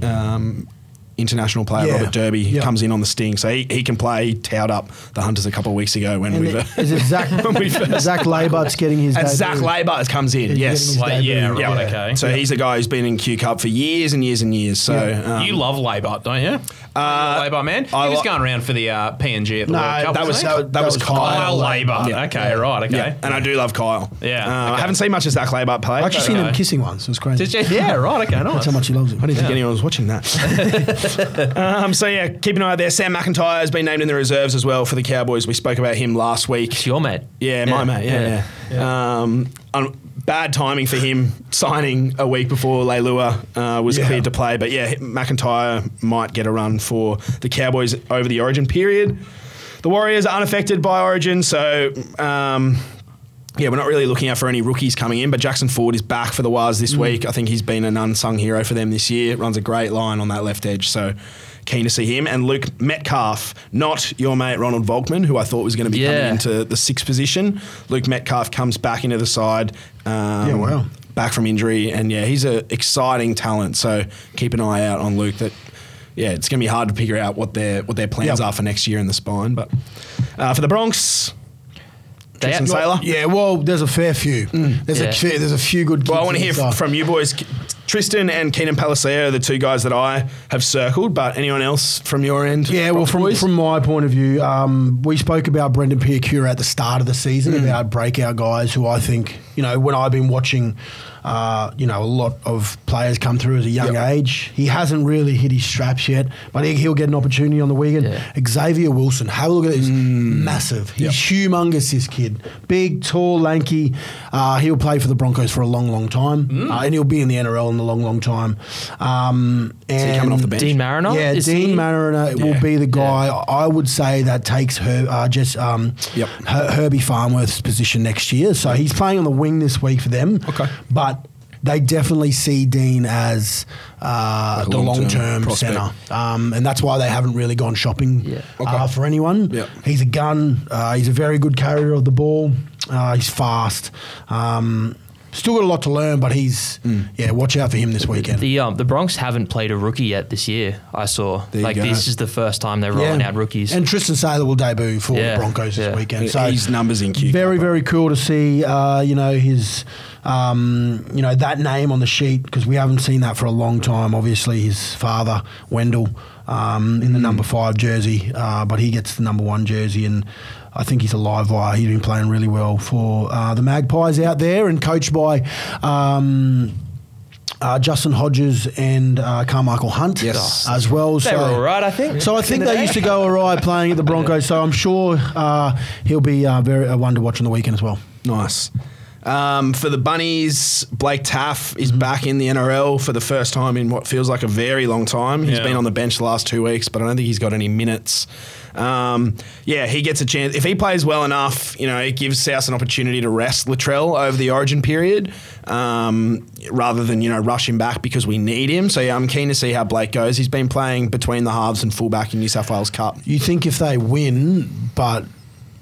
um, international player
Yeah.
Robert Derby
Yeah.
comes in on the sting, so he, he can play. He towed up the Hunters a couple of weeks ago when
And
we
it-
were.
uh,
is it Zach? Zach Labert's getting his.
And
debut.
Zach Labour comes in,
He's
yes.
getting his
Like, yeah,
debut.
right, okay.
So he's a guy who's been in Q Cup for years and years and years. So
Yeah.
um,
you love Labor, don't you? Uh, Labor man, he
I
was
li-
going around for the uh, PNG at the
No,
World Cup.
that was
wasn't
that,
he?
was- that was Kyle.
Kyle Labor.
Yeah.
Okay, right. Okay.
Yeah, and I do love Kyle.
Yeah,
Uh,
okay.
I haven't seen much of Zach Labour play.
I actually
but- uh,
seen
Okay.
him kissing once. It was crazy.
Did you- yeah, right. Okay, nice.
That's how much he loves him.
I didn't think anyone was watching that. um, so yeah, keep an eye out there. Sam McIntyre has been named in the reserves as well for the Cowboys. We spoke about him last week.
It's your mate.
Yeah, my mate. Yeah, yeah. Um, un- bad timing for him signing a week before Leilua uh, was
Yeah.
cleared to play. But yeah, McIntyre might get a run for the Cowboys over the Origin period. The Warriors are unaffected by Origin, so. Um, yeah, we're not really looking out for any rookies coming in, but Jackson Ford is back for the Wars this week. I think he's been an unsung hero for them this year. Runs a great line on that left edge, so keen to see him. And Luke Metcalf, not your mate Ronald Volkman, who I thought was going to be
Yeah.
coming into the sixth position. Luke Metcalf comes back into the side. Um,
Yeah, wow.
Back from injury, and yeah, he's an exciting talent. So keep an eye out on Luke. That yeah, it's going to be hard to figure out what their what their plans
Yep.
are for next year in the spine. But uh, for the Bronx,
They-
Tristan Saylor.
Yeah, well, there's a fair few.
Mm.
There's
Yeah.
a few, there's a few good. Kids
Well, I want to
in
hear
this, uh,
from you boys. Tristan and Keenan Palacio are the two guys that I have circled, but anyone else from your end?
Yeah, well, from, from my point of view, um, we spoke about Brendan Piacura at the start of the season
Mm.
about breakout guys who I think, you know, when I've been watching, uh, you know, a lot of players come through as a young
Yep.
age. He hasn't really hit his straps yet, but he, he'll get an opportunity on the weekend.
Yeah.
Xavier Wilson, have a look at this.
Mm.
Massive. He's humongous, this kid. Big, tall, lanky. Uh, he'll play for the Broncos for a long, long time,
Mm.
uh, and he'll be in the NRL in a long, long time. Um, and
he coming off the bench?
Dean Mariner?
yeah,
Is
Dean
he-
Mariner will
Yeah.
be the guy I would say that takes her uh, just um,
Yep.
Her- Herbie Farmworth's position next year. So he's playing on the wing this week for them.
Okay.
but they definitely see Dean as uh,
Like a
the long
long-term
term
prospect.
center, um, and that's why they haven't really gone shopping
Yeah.
uh, for anyone.
Yep.
He's a gun. Uh, he's a very good carrier of the ball. Uh, he's fast. Um, Still got a lot to learn, but he's
Mm.
yeah. Watch out for him this weekend.
The um, the Bronx haven't played a rookie yet this year. I saw
you
like
go.
this is the first time they're rolling out rookies.
And Tristan Saylor will debut for
Yeah,
the Broncos this
yeah.
weekend. So
His numbers in Q.
very, very cool to see, uh, you know, his, um, you know, that name on the sheet because we haven't seen that for a long time. Obviously, his father Wendell um, in the
Hmm.
number five jersey, uh, but he gets the number one jersey, and I think he's a live wire. He's been playing really well for uh, the Magpies out there, and coached by. Um, uh, Justin Hodges and uh, Carmichael Hunt
Yes.
as well.
They
so
were all right, I think.
So I think they used to go all right playing at the Broncos. So I'm sure uh, he'll be uh, very a one to watch on the weekend as well.
nice. Um, for the Bunnies, Blake Taff is back in the NRL for the first time in what feels like a very long time. He's
Yeah.
been on the bench the last two weeks, but I don't think he's got any minutes. Um, yeah, he gets a chance. If he plays well enough, you know, it gives South an opportunity to rest Luttrell over the origin period um, rather than, you know, rush him back because we need him. So, yeah, I'm keen to see how Blake goes. He's been playing between the halves and fullback in New South Wales Cup.
You think if they win, but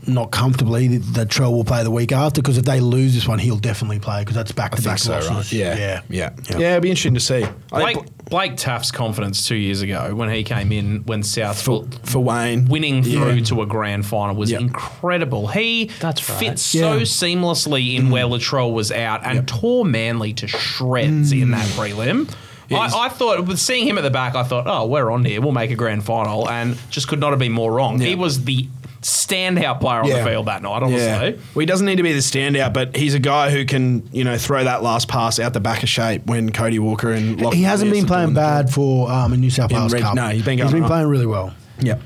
not comfortably, that, that Trell will play the week after because if they lose this one, he'll definitely play because that's back to back losses.
Yeah.
yeah,
Yeah.
Yeah.
it'll be interesting to see. I think
Blake,
Bl-
Blake Taft's confidence two years ago when he came in when South
for, for Wayne.
winning through to a grand final was
Yep.
incredible. He
That's right.
fits so
Yeah. Mm.
seamlessly in where Latrell was out and tore Manly to shreds in that
Mm.
prelim.
he's-
I, I thought with seeing him at the back, I thought, oh, we're on here. We'll make a grand final, and just could not have been more wrong. He was the standout player on
Yeah.
the field that night, honestly.
Well, he doesn't need to be the standout, but he's a guy who can, you know, throw that last pass out the back of shape when Cody Walker and Lock-
He hasn't been playing bad for um, a New South
In
Wales
Red-
Cup.
no, he's been going right.
playing really well.
Yeah.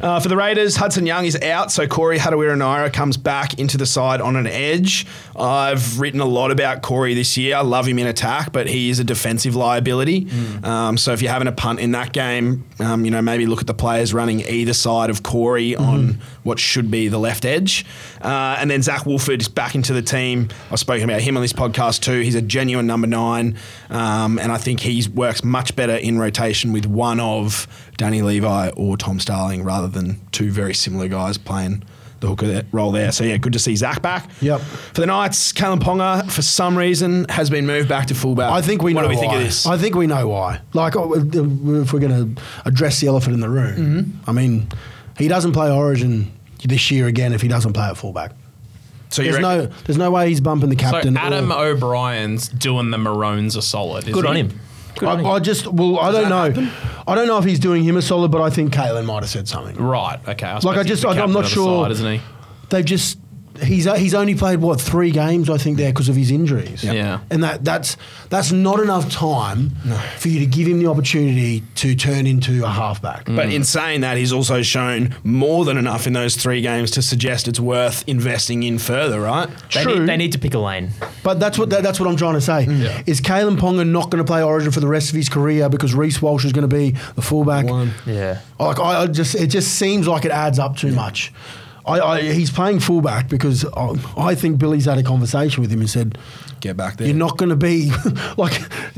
Uh, for the Raiders, Hudson Young is out, so Corey Hadawira Naira comes back into the side on an edge. I've written a lot about Corey this year. I love him in attack, but he is a defensive liability.
Hmm.
Um, so if you're having a punt in that game, um, you know maybe look at the players running either side of Corey
Hmm.
on what should be the left edge. Uh, and then Zach Wolford is back into the team. I've spoken about him on this podcast too. He's a genuine number nine, um, and I think he works much better in rotation with one of Danny Levi or Tom Starling rather than two very similar guys playing the hooker there- role there. So yeah, good to see Zach back.
Yep.
For the Knights, Callum Ponga for some reason has been moved back to fullback.
I think we
What
know
do we
why.
think of this?
I think we know why. Like, oh, if we're going to address the elephant in the room,
Mm-hmm.
I mean, he doesn't play Origin this year again if he doesn't play at fullback.
so you
There's
reckon-
no, there's no way he's bumping the
So
captain.
Adam
or-
O'Brien's doing the Maroons a solid. is
Good on
he?
him. Good on
I,
him.
I just, well, I don't know. I don't know if he's doing him a solid, but I think Kalen might have said something.
Right. Okay. I
Like, I
suppose he's
just-
the
I- I'm
captain of
not
the
sure-
side, isn't he?
They've just, he's he's only played what three games I think there because of his injuries.
Yeah.
and that that's that's not enough time for you to give him the opportunity to turn into a halfback.
But in saying that, he's also shown more than enough in those three games to suggest it's worth investing in further, right?
They,
True.
Need, they need to pick a lane.
But that's what that, that's what I'm trying to say.
Mm.
Is Kalen Ponga not going to play Origin for the rest of his career because Reese Walsh is going to be the fullback?
Yeah.
Like I, I just it just seems like it adds up too much. I, I, he's playing fullback because I, I think Billy's had a conversation with him and said,
Get back there.
"You're not going to be like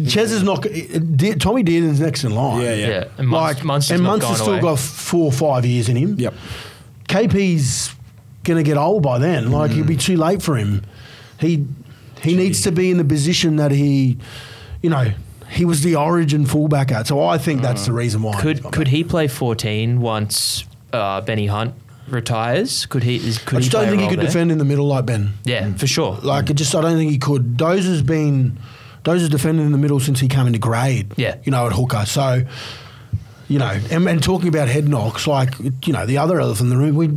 Ches is not. Di- Tommy Dearden's next in line.
Yeah,
Yeah.
yeah.
And Munst,
like
Munster's
and
not
Munster's
gone
still
away.
got four or five years in him.
Yep.
KP's going to get old by then. Like it'll
Mm.
be too late for him. He he needs to be in the position that he, you know, he was the origin fullback at. So I think that's the reason why.
Uh. Could could he play 14 once uh, Benny Hunt retires? Could he? Is, could
I just
play
don't
a
think he
role
could
there?
defend in the middle like Ben.
Yeah, for sure.
Like it just I don't think he could. Dozer's been Dozer's defended in the middle since he came into grade.
Yeah.
You know, at hooker. So you know, and, and talking about head knocks, like you know, the other elephant in the room, we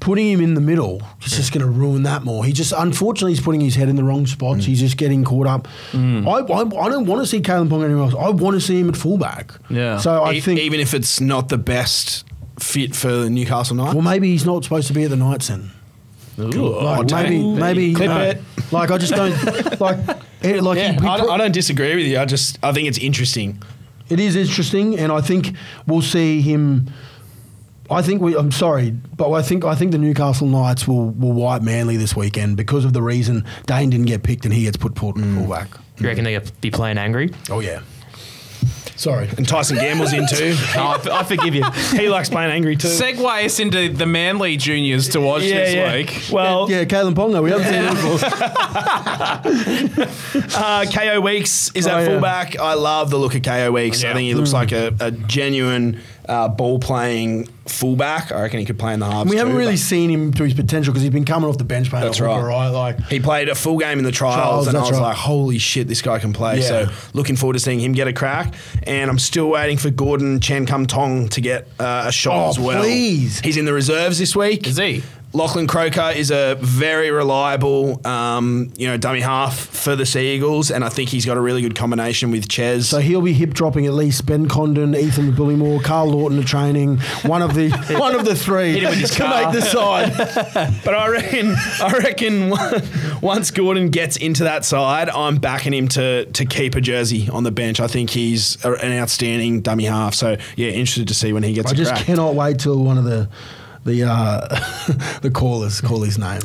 putting him in the middle is just going to ruin that more. He just unfortunately he's putting his head in the wrong
Mm.
spots. He's just getting caught up. I, I, I don't want to see Kalen Pong anywhere else. I want to see him at fullback.
Yeah.
So I
E-
think
even if it's not the best fit for the Newcastle Knights.
well maybe he's not supposed to be at the Knights then.
oh,
Like, maybe maybe
Clip
no.
it.
Like I just don't like it, like
yeah,
he- he
I, don't,
pro-
I don't disagree with you. I just I think it's interesting.
It is interesting, and I think we'll see him. I think we. I'm sorry, but I think I think the Newcastle Knights will will wipe Manly this weekend because of the reason Dane didn't get picked and he gets put put fullback.
You reckon they'll be playing angry?
Oh yeah. Sorry.
And Tyson Gamble's in too.
I forgive you.
he likes playing angry too.
Segue us into the Manly juniors to watch this week.
Well,
Yeah, Kalen Ponga. We haven't seen him before.
uh, Ko Weeks is
Oh,
at
yeah.
fullback. I love the look of Ko Weeks. I
Yeah.
think he looks like a, a genuine uh, ball playing fullback. I reckon he could play in the halves.
We haven't
too,
really
but-
seen him to his potential because he's been coming off the bench playing.
That's
a hooker,
right.
right. Like
He played a full game in the trials,
Trials,
and I
that's
was
right.
like, "Holy shit, this guy can play!"
Yeah.
So, looking forward to seeing him get a crack. And I'm still waiting for Gordon Chan Kum Tong to get uh, a shot
Oh,
as well.
please.
he's in the reserves this week.
Is he?
Lachlan Croker is a very reliable, um, you know, dummy half for the Sea Eagles, and I think he's got a really good combination with Ches.
So he'll be hip dropping at least Ben Condon, Ethan the Bully Moore, Carl Lawton to training. One of the one of the three
him with his
to
car.
make the side.
Uh, But I reckon, I reckon once Gordon gets into that side, I'm backing him to to keep a jersey on the bench. I think he's a, an outstanding dummy half. So yeah, interested to see when he gets.
I
a
just
crack.
cannot wait till one of the. the uh, the callers call his names.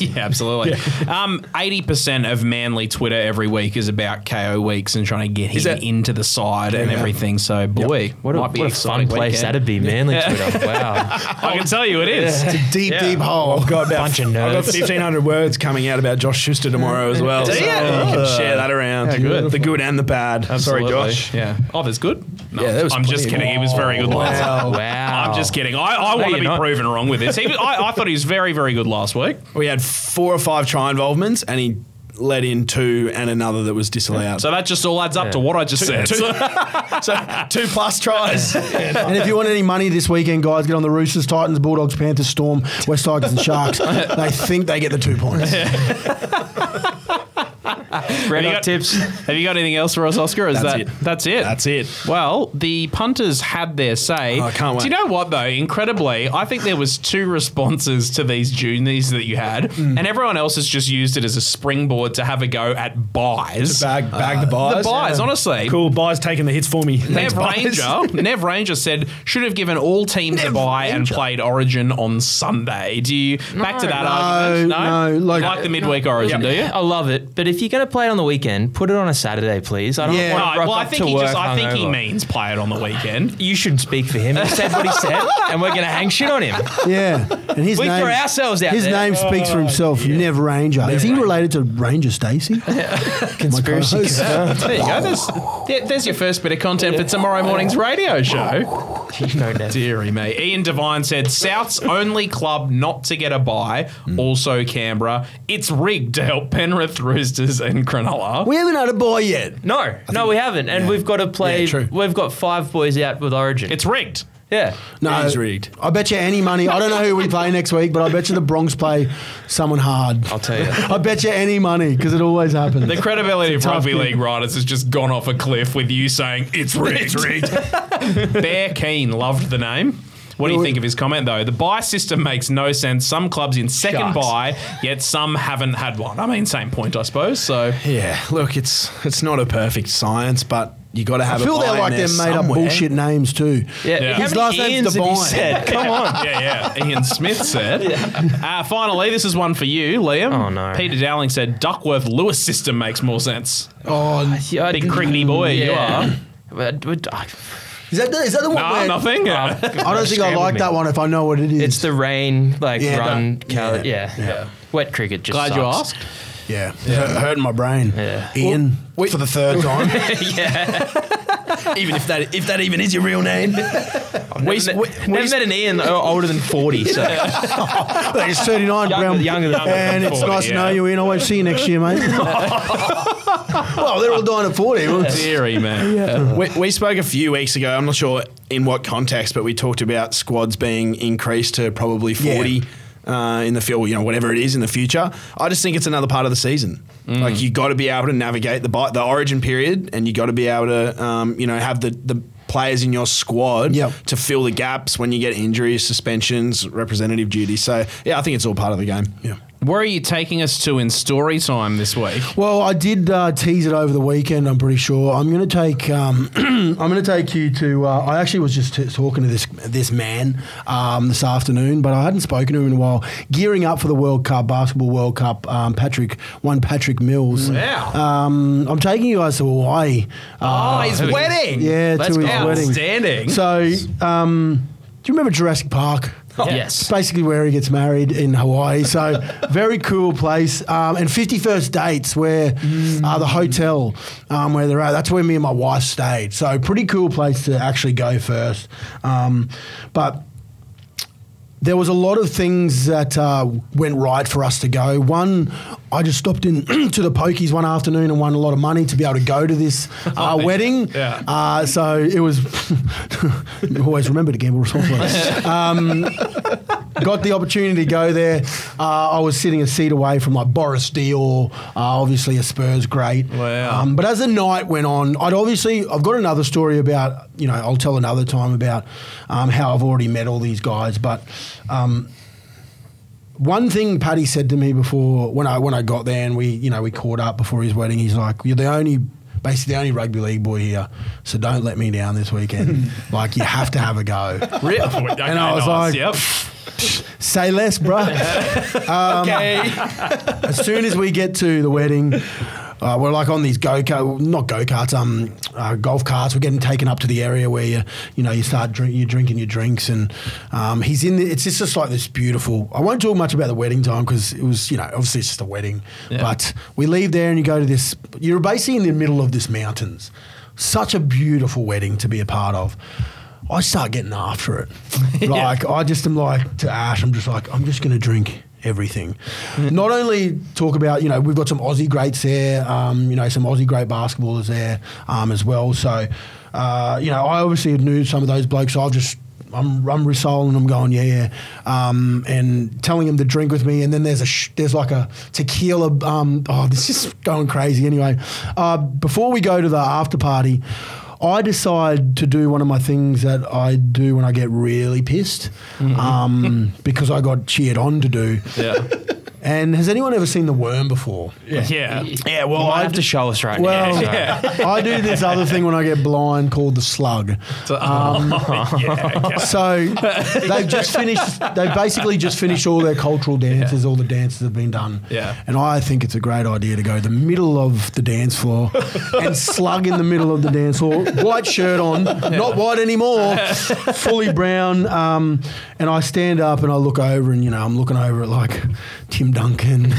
yeah, absolutely. Um, 80% of Manly Twitter every week is about KO weeks and trying to get him
that-
into the side and everything. So, boy,
What a,
might be
what a
an
fun
exciting
place
weekend.
that'd be, Manly Twitter. Wow.
I can tell you it is.
Deep, deep hole.
Got about,
Bunch of
I've got
nerds.
1,500 words coming out about Josh Schuster tomorrow as well.
Do
so
you?
you can share that around.
good.
The good and the bad.
Absolutely.
Sorry, Josh.
Yeah. Oh, that's good. No,
Yeah, that was
I'm just
plenty.
kidding. He was very good last week.
Oh,
wow.
I'm just kidding. I, I want to
you're
be
not.
proven wrong with this. He was, I, I thought he was very, very good last week.
We had four or five try involvements, and he let in two and another that was disallowed.
So that just all adds up to what I just said.
So two plus tries.
And if you want any money this weekend, guys, get on the Roosters, Titans, Bulldogs, Panthers, Storm, West Tigers, and Sharks. They think they get the two points.
Red
you
hot
got-
tips.
Have you got anything else for us, Oscar? Is
That's
that
it.
that's it?
That's it.
Well, the punters had their say.
Oh, I can't wait.
Do you know what though? Incredibly, I think there was two responses to these Junies that you had, and everyone else has just used it as a springboard to have a go at buys.
Bag, bag the
The
buys.
buys, honestly.
Cool, buys taking the hits for me.
Nev
Thanks, buys.
Ranger, Nev Ranger said should have given all teams a bye and played Origin on Sunday. Do you back to that
No,
argument?
no, like-
like, the midweek Origin, do you?
I love it, but if you're going to play it on the weekend, put it on a Saturday, please. I don't
Yeah.
want
No,
to rock
well,
up
I think
to
he
work
just I think he
hungover.
means play it on the weekend.
You shouldn't speak for him. He said what he said, and we're going to hang shit on him.
Yeah. And his
We
name,
threw ourselves out
His
there. Oh,
name speaks for himself. Nev Ranger. Is he related to Ranger Stacey?
Conspiracy.
co-host.
confirmed.
There you go. There's, there- there's your first bit of content for tomorrow morning's radio show.
Go, Nev.
Deary me. Ian Devine said South's only club not to get a bye, also Canberra. It's rigged to help Penrith Roosters and Cronulla.
We haven't had a boy yet.
No, no, we haven't, and we've got to play.
Yeah, true.
we've got five boys out with Origin.
It's rigged.
yeah,
No,
It is rigged.
I bet you any money. I don't know who we play next week, but I bet you the Bronx play someone hard.
I'll tell you.
I bet you any money because it always happens.
The credibility of
tough
rugby
gig.
league writers has just gone off a cliff with you saying it's rigged. it's rigged. Bear Keen loved the name. What do you think of his comment though? The buy system makes no sense. Some clubs in second
Shucks.
buy, yet some haven't had one. I mean, same point, I suppose. So
Yeah, look, it's it's not a perfect science, but you got to
I
have.
feel
a buy
they're
in
like
there
they're made up
somewhere.
bullshit names too.
yeah.
Yeah.
How
His
many
last name's
Ians have you
Devine.
said? Come on.
yeah, yeah. Ian Smith said. uh, finally, this is one for you, Liam.
Oh, no.
Peter Dowling said Duckworth Lewis system makes more sense.
Oh,
Yeah,
Big crickety boy, you are.
But- but- ah,
is that the, is that the one?
Nah,
where-
nothing.
I don't think I
Scrambled
like
me.
Oh, that one if I know what it is.
It's the rain, like
Yeah,
run,
that-
cal- yeah. Wet cricket just
Glad you
sucks.
asked.
yeah, Hurt- hurting my brain.
Yeah.
Ian for the third time.
Even if that if that even is your real name,
We,
s-
never,
we-
met, never met an Ian o- older than 40, so
it's thirty nine.
Younger-
Brown,
younger than-
and it's
40,
nice to know
yeah.
you, Ian. I won't see you next year, mate. well, they're all dying at forty.
Deary man. Uh,
we, we spoke a few weeks ago. I'm not sure in what context, but we talked about squads being increased to probably 40 uh, in the field, you know, whatever it is in the future. I just think it's another part of the season. Like you got to be able to navigate the bi- the origin period, and you got to be able to, um, you know, have the the players in your squad
Yep.
to fill the gaps when you get injuries, suspensions, representative duties. So yeah, I think it's all part of the game. Yeah.
Where are you taking us to in story time this week?
Well, I did uh, tease it over the weekend. I'm pretty sure. I'm going to take. Um, I'm going to take you to. Uh, I actually was just t- talking to this this man um, this afternoon, but I hadn't spoken to him in a while. Gearing up for the World Cup, basketball World Cup. Um, Patrick, one Patrick Mills.
Wow.
Um, I'm taking you guys to Hawaii. Uh,
oh, his wedding.
yeah,
let's
to his
go.
wedding.
Outstanding.
So, um, do you remember Jurassic Park?
Oh,
It's
yes.
basically where he gets married in Hawaii. So very cool place. Um, and 51st Dates, where uh, the hotel um, where they're at, that's where me and my wife stayed. So pretty cool place to actually go first. Um, but there was a lot of things that uh, went right for us to go. One, I just stopped in to the pokies one afternoon and won a lot of money to be able to go to this uh, wedding.
Oh, Yeah.
Uh, so it was always remember to gamble responsibly. um, got the opportunity to go there. Uh, I was sitting a seat away from like Boris Dior, uh, obviously a Spurs great.
Wow.
Um, but as the night went on, I'd obviously I've got another story about you know I'll tell another time about um, how I've already met all these guys, but. Um, one thing Paddy said to me before when I when I got there and we you know we caught up before his wedding, he's like, "You're the only basically the only rugby league boy here, so don't let me down this weekend. like you have to have a go."
Re- okay,
And I
nice,
was like,
yep.
Say less, bruh. as soon as we get to the wedding, uh, we're like on these go kart, not go karts, um, uh, golf carts. We're getting taken up to the area where you, you know, you start drink, you're drinking your drinks, and um, he's in. The, it's just, just like this beautiful. I won't talk much about the wedding time because it was, you know, obviously it's just a wedding. But we leave there and you go to this. You're basically in the middle of this mountains. Such a beautiful wedding to be a part of. I start getting after it. Like I just am like to Ash, I'm just like, I'm just gonna drink everything. Not only talk about, you know, we've got some Aussie greats there, um, you know, some Aussie great basketballers there um, as well. So, uh, you know, I obviously knew some of those blokes. So I'll just, I'm, I'm resoling them going, yeah, yeah, um, and telling them to drink with me. And then there's a, sh- there's like a tequila. Um, oh, this is going crazy. Anyway, uh, before we go to the after party, I decide to do one of my things that I do when I get really pissed um, because I got cheered on to do.
Mm-hmm. Yeah.
And has anyone ever seen The Worm before?
Yeah.
Yeah, well, I have to show us right
Well,
now. so-
I do this other thing when I get blind called the slug.
oh.
Um,
Um,
So they've just finished. They've basically just finished all their cultural dances. All the dances have been done.
Yeah.
And I think it's a great idea to go the middle of the dance floor and slug in the middle of the dance floor, white shirt on, not white anymore, fully brown. Um, and I stand up and I look over and you know I'm looking over at like Tim Duncan,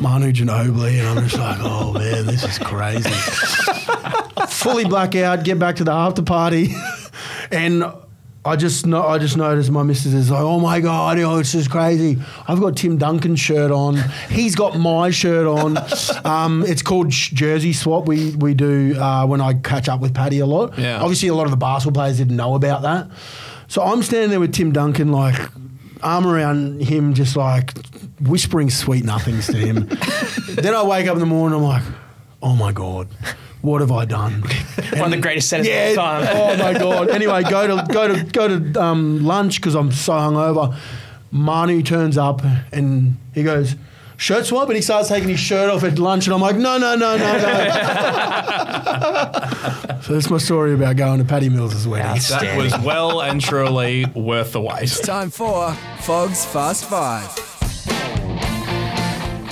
Manu Ginobili, and I'm just like, oh man, this is crazy fully black out, get back to the after party, and I just no, I just noticed my missus is like, oh my god, oh, it's just crazy. I've got Tim Duncan's shirt on, he's got my shirt on. Um, it's called sh- jersey swap. We we do uh, when I catch up with Paddy a lot.
Yeah.
Obviously, a lot of the basketball players didn't know about that. So I'm standing there with Tim Duncan, like arm around him, just like whispering sweet nothings to him. then I wake up in the morning, I'm like, oh my god. What have I done?
One of the greatest sentences
Yeah.
of all time.
Oh my god. Anyway, go to go to go to um, lunch because I'm so hungover. Manu turns up and he goes shirt swap, and he starts taking his shirt off at lunch, and I'm like, no, no, no, no, no. so that's my story about going to Paddy Mills' wedding.
That
Outstanding.
was well and truly worth the wait.
Time for Fogg's Fast Five.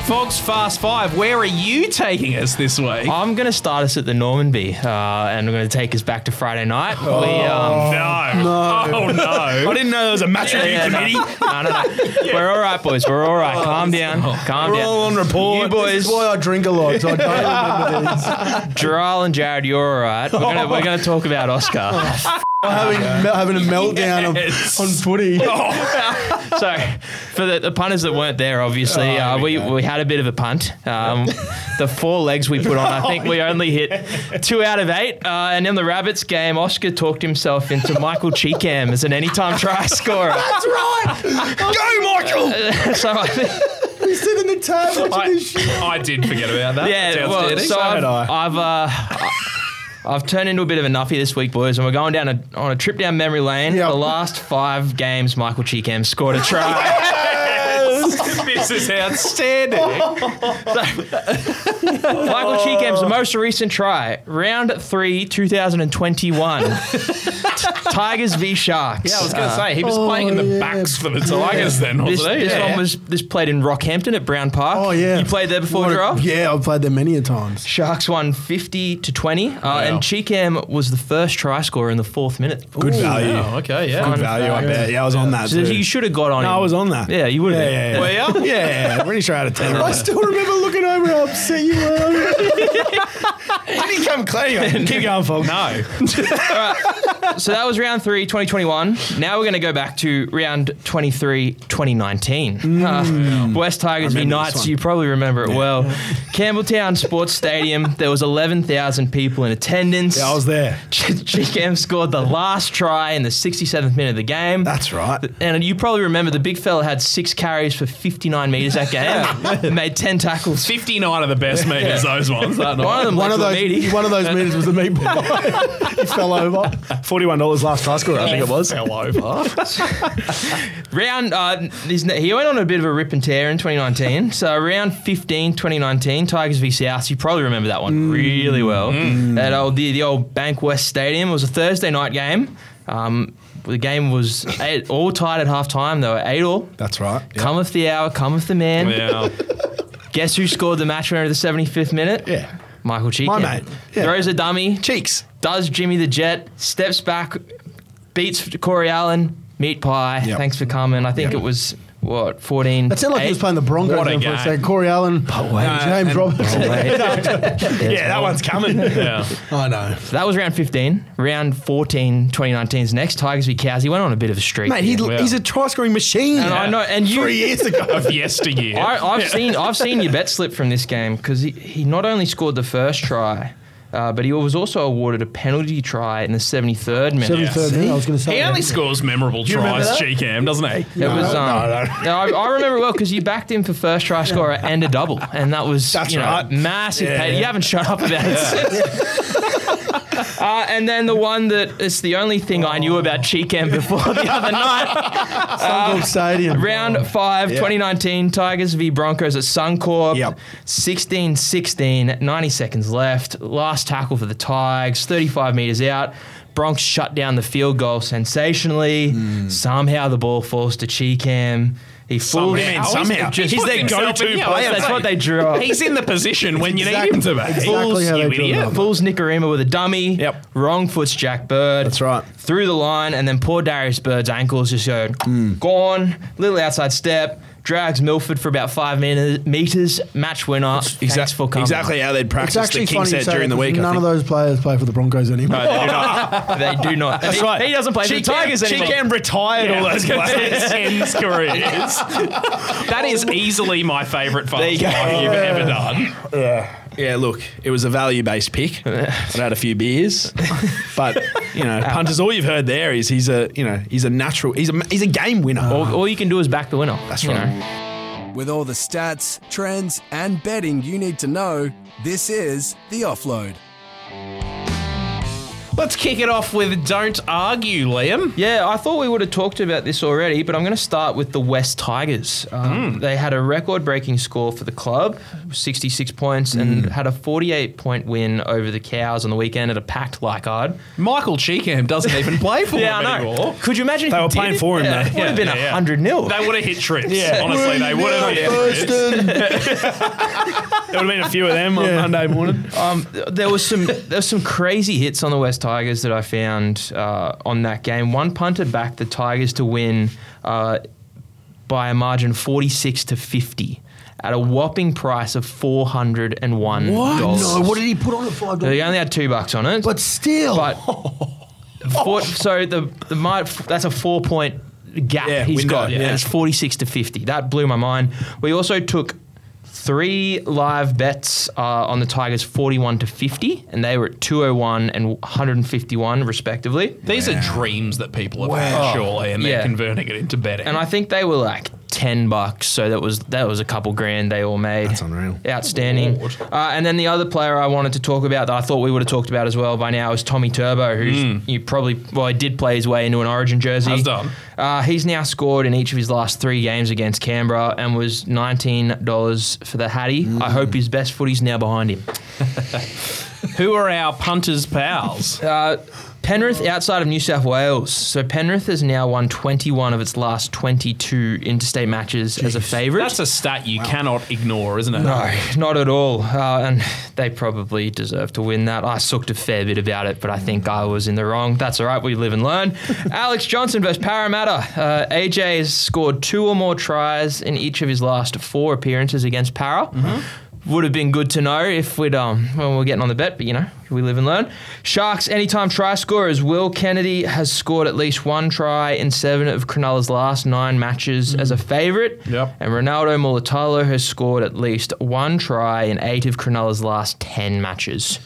Fox Fast Five, where are you taking us this week?
I'm going to start us at the Normanby, uh, and I'm going to take us back to Friday night. We, um,
no. Oh, no.
I didn't know there was a match review
yeah, no,
committee.
no, no, no. We're all right, boys. We're all right. Calm down. Calm
We're
down.
all on report.
You boys,
That's why I drink a lot. So I don't remember these.
Gerald and Jared, you're all right. We're gonna, we're gonna talk about Oscar.
I'm having, having a meltdown
Yes.
on, on footy.
so, for the, the punters that weren't there, obviously, uh, we, we had a bit of a punt. Um, the four legs we put on, I think we only hit two out of eight. Uh, and in the Rabbits game, Oscar talked himself into Michael Cheekham as an anytime try scorer.
That's right.
Go, Michael!
so, I think.
He's sitting in the tab watching this shit.
I, I did forget about that.
Yeah,
That's
well,
outstanding.
so
I.
I've, I've, uh, I've turned into a bit of a nuffy this week, boys, and we're going down a, on a trip down memory lane.
Yeah.
The last five games, Michael Cheekham scored a try.
this is outstanding.
Oh, Michael Cheekham's
Oh.
most recent try, round three, 2021. Tigers v Sharks.
Yeah, I was going to say he was playing in the backs for the
Oh,
Tigers then,
This,
wasn't he?
this
Yeah.
one was this played in Rockhampton at Brown Park.
Oh yeah,
you played there before,
What a-
Gerard.
Yeah, I've played there many a times.
Sharks won 50 to 20, uh, and Cheekham was the first try scorer in the fourth minute.
Good value.
Oh, okay, yeah.
Good value, I bet. Yeah, I was on that.
So
too.
you should have got on.
No,
him.
I was on that.
Yeah, you would have.
Yeah,
been.
yeah, yeah.
Were
yeah, yeah, pretty sure out of ten. I
still remember looking over how upset you were.
didn't come clean. Keep going, Fog. No.
So that was round three, 2021. Now we're going to go back to round 23, 2019. Uh, West Tigers v
Mm. remember this
Knights,
one.
you probably remember it well. Campbelltown Sports Stadium, there was 11,000 people in attendance.
Yeah, I was there.
GM scored the last try in the 67th minute of the game.
That's right.
and you probably remember the big fella had six carries for 59 metres that game, made 10 tackles.
59 of the best meters, those ones. That
One of
night.
them
one
led
of
to a
those,
meaty.
one of those meters was the meatball. he fell over.
Forty-one dollars last try score. I think it was.
Fell over.
Round, uh, his, ne- he went on a bit of a rip and tear in 2019. so round 15, 2019, Tigers v South. You probably remember
Mm.
that one really well. That old the, the old Bankwest Stadium It was a Thursday night game. Um, the game was eight, all tied at half time, though. Eight all.
That's right. Yeah.
Cometh the hour, cometh the man.
Yeah.
Guess who scored the match winner of the 75th minute?
Yeah.
Michael Cheek.
My mate. Yeah.
Throws a dummy,
Cheeks.
does Jimmy the Jet, steps back, beats Corey Allen, meat pie.
Yep.
Thanks for coming. I think it was, what, 14?
That sounded like he was playing the Broncos
What a
then for a
game.
second. Corey Allen, James Robertson.
Yeah, that one's coming.
yeah.
I know.
That was round 15. Round 14, 2019's next. Tigers v Cows. He went on a bit of a streak.
Mate, he,
Yeah.
he's a try scoring machine.
and I know, and you,
Three years ago.
Of yesteryear.
I, I've seen I've seen your bet slip from this game because he, he not only scored the first try, uh, but he was also awarded a penalty try in the 73rd minute.
73rd minute, I was going to say. uh,
he
that.
only scores memorable
remember
tries,
that?
Cheekham, doesn't he?
It was um, no, I, I remember well because you backed him for first try scorer and a double, and that was
That's
you know,
right.
massive. pay- You haven't shut up about it. since. Uh, and then the one that is the only thing I knew about Cheekham before the other night.
Suncorp Stadium.
Round five, 2019, Tigers v Broncos at Suncorp.
Yep.
16 16, 90 seconds left. Last tackle for the Tigers, 35 metres out. Bronx shut down the field goal sensationally. Somehow the ball falls to Cheekham. He fools.
Somehow.
Hmm. Somehow.
Just
He's
put
their
himself
go-to
in- yeah,
player.
That's what they drew up.
He's in the position when you need him to be.
exactly how they
you
drew it
idiot.
up.
Fools Nicarima with a dummy.
Yep.
Wrong foot's Jack Bird.
That's right.
Through the line, and then poor Darius Bird's ankles just go gone. Little outside step. Drags Milford for about five minute, meters. Match winner. Thanks
Exact-
for coming.
Exactly how they'd
It's
practice
actually
the king
funny
set during the week.
None of those players play for the Broncos anymore.
They do not. That's he,
right.
He doesn't play for the Tigers anymore.
Cheekham retired all those players.
Ends careers. that is easily my favourite five
you go.
five you've ever done.
Yeah, look, it was a value-based pick. I'd had a few beers, but you know, punters. All you've heard there is he's a you know he's a natural. He's a he's a game winner.
All, all you can do is back the winner.
That's
you
right.
know.
With all the stats, trends, and betting you need to know, this is The Offload.
Let's kick it off with Don't Argue, Liam.
Yeah, I thought we would have talked about this already, but I'm going to start with the West Tigers. Um,
Hmm.
They had a record breaking score for the club, 66 points, and
Hmm.
had a 48 point win over the Cows on the weekend at a packed Leichardt.
Michael Cheekham doesn't even play for
Yeah,
him
I know.
anymore.
Could you imagine? if
They
he
were
did
playing
it?
for him,
Yeah,
though.
It would have been
Yeah, yeah.
100 nil.
They would have hit trips. Honestly, they would have hit trips.
There would have been a few of them on Monday morning.
Um, there was some there was some crazy hits on the West Tigers that I found uh, on that game. One punter backed the Tigers to win uh, by a margin forty six to fifty at a whopping price of four hundred and one.
What? No, what did he put on at five dollars?
He only had two bucks on it,
But still,
but four, so the the my, that's a four point gap
Yeah,
he's
window,
got.
yeah.
And it's forty six to fifty. That blew my mind. We also took three live bets uh, on the Tigers forty one to fifty, and they were at two hundred one and one hundred and fifty one respectively.
These are dreams that people have had, surely, and they're
Yeah.
converting it into betting.
And I think they were like ten bucks, so that was that was a couple grand they all made. That's
unreal.
Outstanding. Uh, and then the other player I wanted to talk about that I thought we would have talked about as well by now is Tommy Turbo, who's you probably well he did play his way into an Origin jersey.
Mm. Has done.
Uh, he's now scored in each of his last three games against Canberra and was nineteen dollars for the Hattie. I hope his best footy's now behind him.
Who are our punters' pals?
Uh, Penrith outside of New South Wales. So Penrith has now won 21 of its last 22 interstate matches as a favourite.
That's a stat you cannot ignore, isn't it?
No, not at all. Uh, and they probably deserve to win that. I sucked a fair bit about it, but I think I was in the wrong. That's all right. We live and learn. Alex Johnson versus Parramatta. Uh, AJ has scored two or more tries in each of his last four appearances against Para. Would have been good to know if we'd um when we're getting on the bet, but you know we live and learn. Sharks anytime try scorers Will Kennedy has scored at least one try in seven of Cronulla's last nine matches as a favourite.
Yep.
And Ronaldo Mulatalo has scored at least one try in eight of Cronulla's last 10 matches.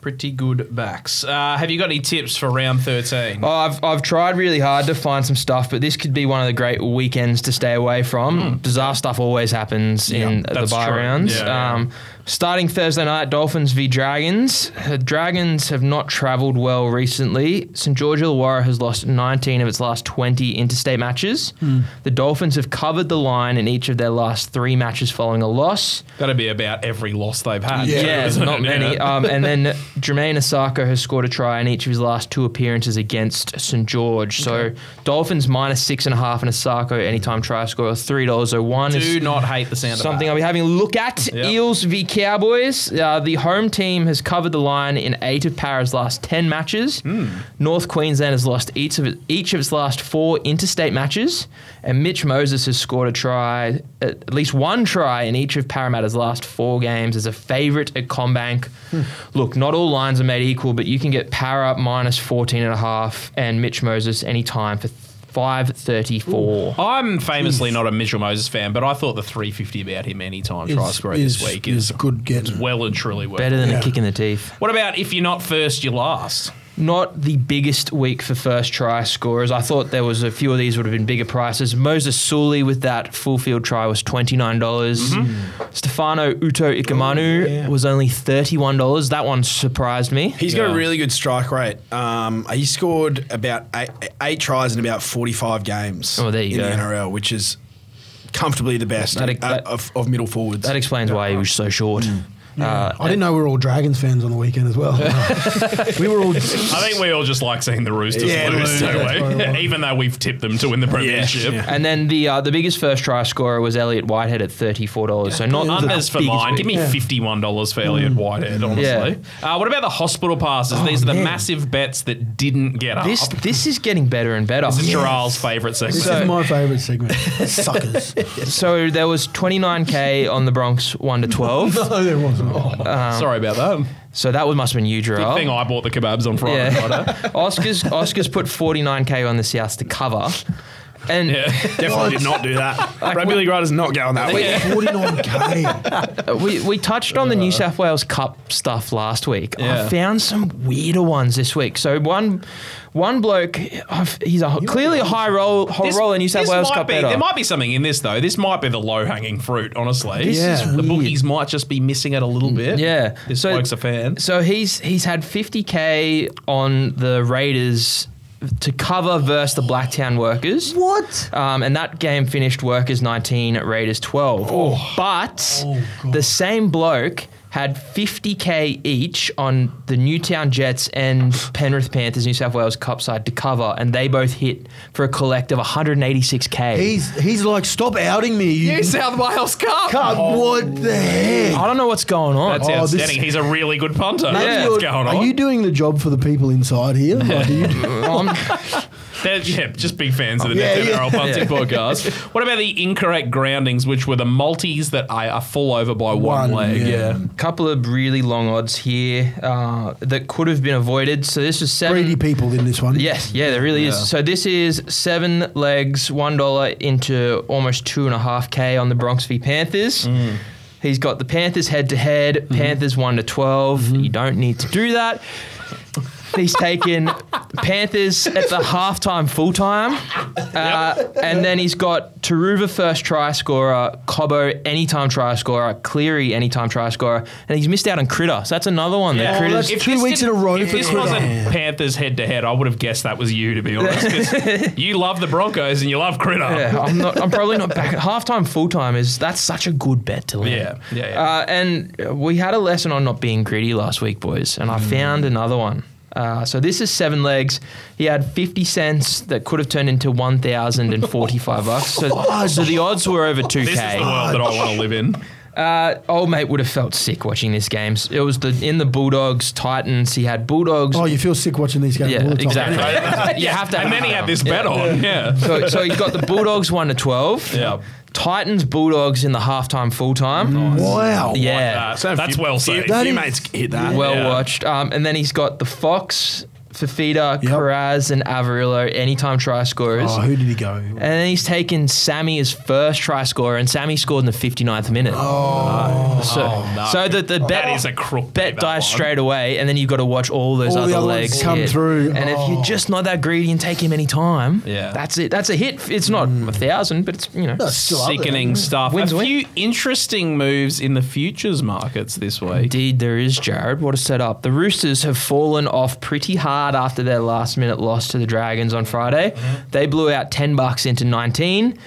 Pretty good backs. Uh, have you got any tips for round 13?
Oh, I've, I've tried really hard to find some stuff, but this could be one of the great weekends to stay away from. Bizarre stuff always happens in the
Hmm. that's
buy
true.
rounds.
Yeah, yeah.
Um, Starting Thursday night, Dolphins v Dragons. Uh, Dragons have not travelled well recently. St George Illawarra has lost 19 of its last 20 interstate matches.
Hmm.
The Dolphins have covered the line in each of their last three matches following a loss.
That'd be about every loss they've had.
Yeah,
too,
not
isn't it?
many.
Yeah.
Um, and then Jermaine Osako has scored a try in each of his last two appearances against St George. So Dolphins minus six and a half, and Osako anytime try score three dollars oh one.
Do not hate the sound
Something I'll
of
be having a look at.
Yep.
Eels v Cowboys. Uh, the home team has covered the line in eight of Para's last 10 matches. North Queensland has lost each of, each of its last four interstate matches. And Mitch Moses has scored a try, at least one try in each of Parramatta's last four games as a favourite at Combank. Look, not all lines are made equal, but you can get Para minus 14 and a half and Mitch Moses anytime for 534.
that. I'm famously not a Mitchell Moses fan, but I thought the 350 about him anytime try
Is-
score
is-
this week is,
is good getting.
well and truly worth
Better
it.
than
Yeah.
a kick in the teeth.
What about if you're not first, you're last?
not the biggest week for first try scorers. I thought there was a few of these would have been bigger prices. Moses Sully with that full field try was twenty nine dollars.
Mm-hmm.
Stefano Uto
Oh,
Ikamanu was only thirty one dollars. That one surprised me.
He's got
Yeah.
a really good strike rate. Um, he scored about eight, eight tries in about 45 games
Oh, there you
in
go.
the NRL, which is comfortably the best
That-
uh,
that-
of, of middle forwards.
That explains why he was so short.
Mm.
Uh,
I didn't know we were all Dragons fans on the weekend as well. we were all.
I think we all just like seeing the Roosters
Yeah,
lose,
lose,
don't
that's probably
we?
why.
Even though we've tipped them to win the Premiership.
yeah.
and then the uh, the biggest first try scorer was Elliot Whitehead at thirty four dollars. So not the
Unders for
biggest
mine.
week.
Give me fifty-one dollars for Elliot Whitehead. Honestly, uh, what about the hospital passes? These are the
man.
massive bets that didn't get up.
this this is getting better and better.
This is Gerald's favourite segment.
This is my favourite segment. Suckers.
So there was twenty nine k on the Bronx one to twelve.
no, Oh, there wasn't.
Sorry about that.
So that would must have been you,
Good
Gerald.
thing I bought the kebabs on Friday. night, eh?
Oscars Oscars put 49k on the South to cover. And
Definitely did not do that. Rugby League Riders not going
Oh,
that way.
49k.
uh, we, we touched on the New South Wales Cup stuff last week.
Uh. Yeah.
I found some weirder ones this week. So one one bloke, I've- he's a, clearly a high roll high
This-
roller New South
this
Wales
might
Cup
be,
better.
There might be something in this though. This might be the low-hanging fruit. Honestly,
This
is
the
weird.
bookies might just be missing it a little bit.
Yeah.
this
So-
bloke's a fan.
So he's he's had 50k on the Raiders to cover versus the Blacktown Workers.
What?
Um, and that game finished Workers 19, Raiders 12.
Oh.
But the same bloke had 50k each on the Newtown Jets and Penrith Panthers New South Wales Cup side to cover, and they both hit for a collective 186k.
He's he's like, stop outing me. You
New South Wales Cup.
cunt. What the heck?
I don't know what's going on.
That's
Oh, this-
outstanding. He's a really good punter.
Maybe
That's
you're-
what's going on.
Are you doing the job for the people inside here? Like, do you do-
I'm-
They're- yeah, just big fans of the
Yeah,
Death
yeah.
NRL Bunting podcast. What about the incorrect groundings, which were the multis that I are full over by one,
One,
leg?
yeah.
Yeah.
couple of really long odds here uh, that could have been avoided. So this was seven.
Um,
greedy people in this one.
Yes, yeah, there really is. So this is seven legs, one dollar into almost two and a half k on the Bronx v Panthers. He's got the Panthers head to head, Panthers one to 12 You don't need to do that. He's taken Panthers at the halftime full time, uh, and then he's got Taruva first try scorer, Cobbo anytime try scorer, Cleary anytime try scorer, and he's missed out on Critter. So that's another one. that
Yeah. Oh,
Critter's
that's
If
two
this
weeks in a
didn't-
row
If
for
this
Critter.
wasn't
Yeah.
Panthers head to head, I would have guessed that was you, to be honest. 'cause you love the Broncos and you love Critter.
Yeah, I'm not. I'm probably not back. Halftime, full time is that's such a good bet to land.
Yeah, yeah, yeah.
Uh, and we had a lesson on not being greedy last week, boys, and I
Mm.
found another one. Uh, so this is seven legs. He had fifty cents that could have turned into one thousand and forty-five bucks. So, so the odds were over two
This is the
k.
world that I want to live in.
Uh, old mate would have felt sick watching this game. It was the in the Bulldogs Titans. He had Bulldogs.
Oh, you feel sick watching these games
yeah,
all the time.
exactly. you have to.
And then
have
he
that
had
on.
this
Yeah.
bet on. Yeah. Uh,
So, so he's got the Bulldogs one to twelve.
Yeah.
Titans Bulldogs in the halftime full time.
Wow.
Yeah.
Uh, that's well
Few,
said.
few
is-
mates hit that.
Well
Yeah.
watched. Um, and then he's got the Fox Fafita,
Yep.
Carraz, and Avarillo anytime try scorers.
Oh, who did he go?
Uh,
And then he's taken Sammy as first try scorer, and Sammy scored in the 59th minute. Oh, so, so the, the bet
That is a crook.
bet
that one.
dies straight away, and then you've got to watch all those
All
other,
the other ones
legs
come
hit.
through. Oh.
And if you're just not that greedy and take him any time,
Yeah.
that's it. That's a hit. It's not
Hmm.
a thousand, but it's you know.
That's still up there.
Sickening stuff.
Wins,
a
win.
few interesting moves in the futures markets this week.
Indeed, there is Jared. What a setup! The Roosters have fallen off pretty hard after their last-minute loss to the Dragons on Friday. They blew out ten bucks into nineteen.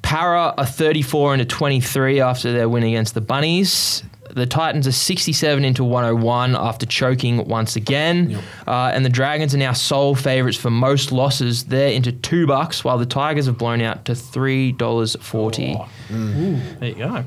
Para are thirty-four into twenty-three after their win against the Bunnies. The Titans are sixty-seven into one hundred one after choking once again, uh, and the Dragons are now sole favourites for most losses. They're into two bucks, while the Tigers have blown out to three dollars forty.
There you go.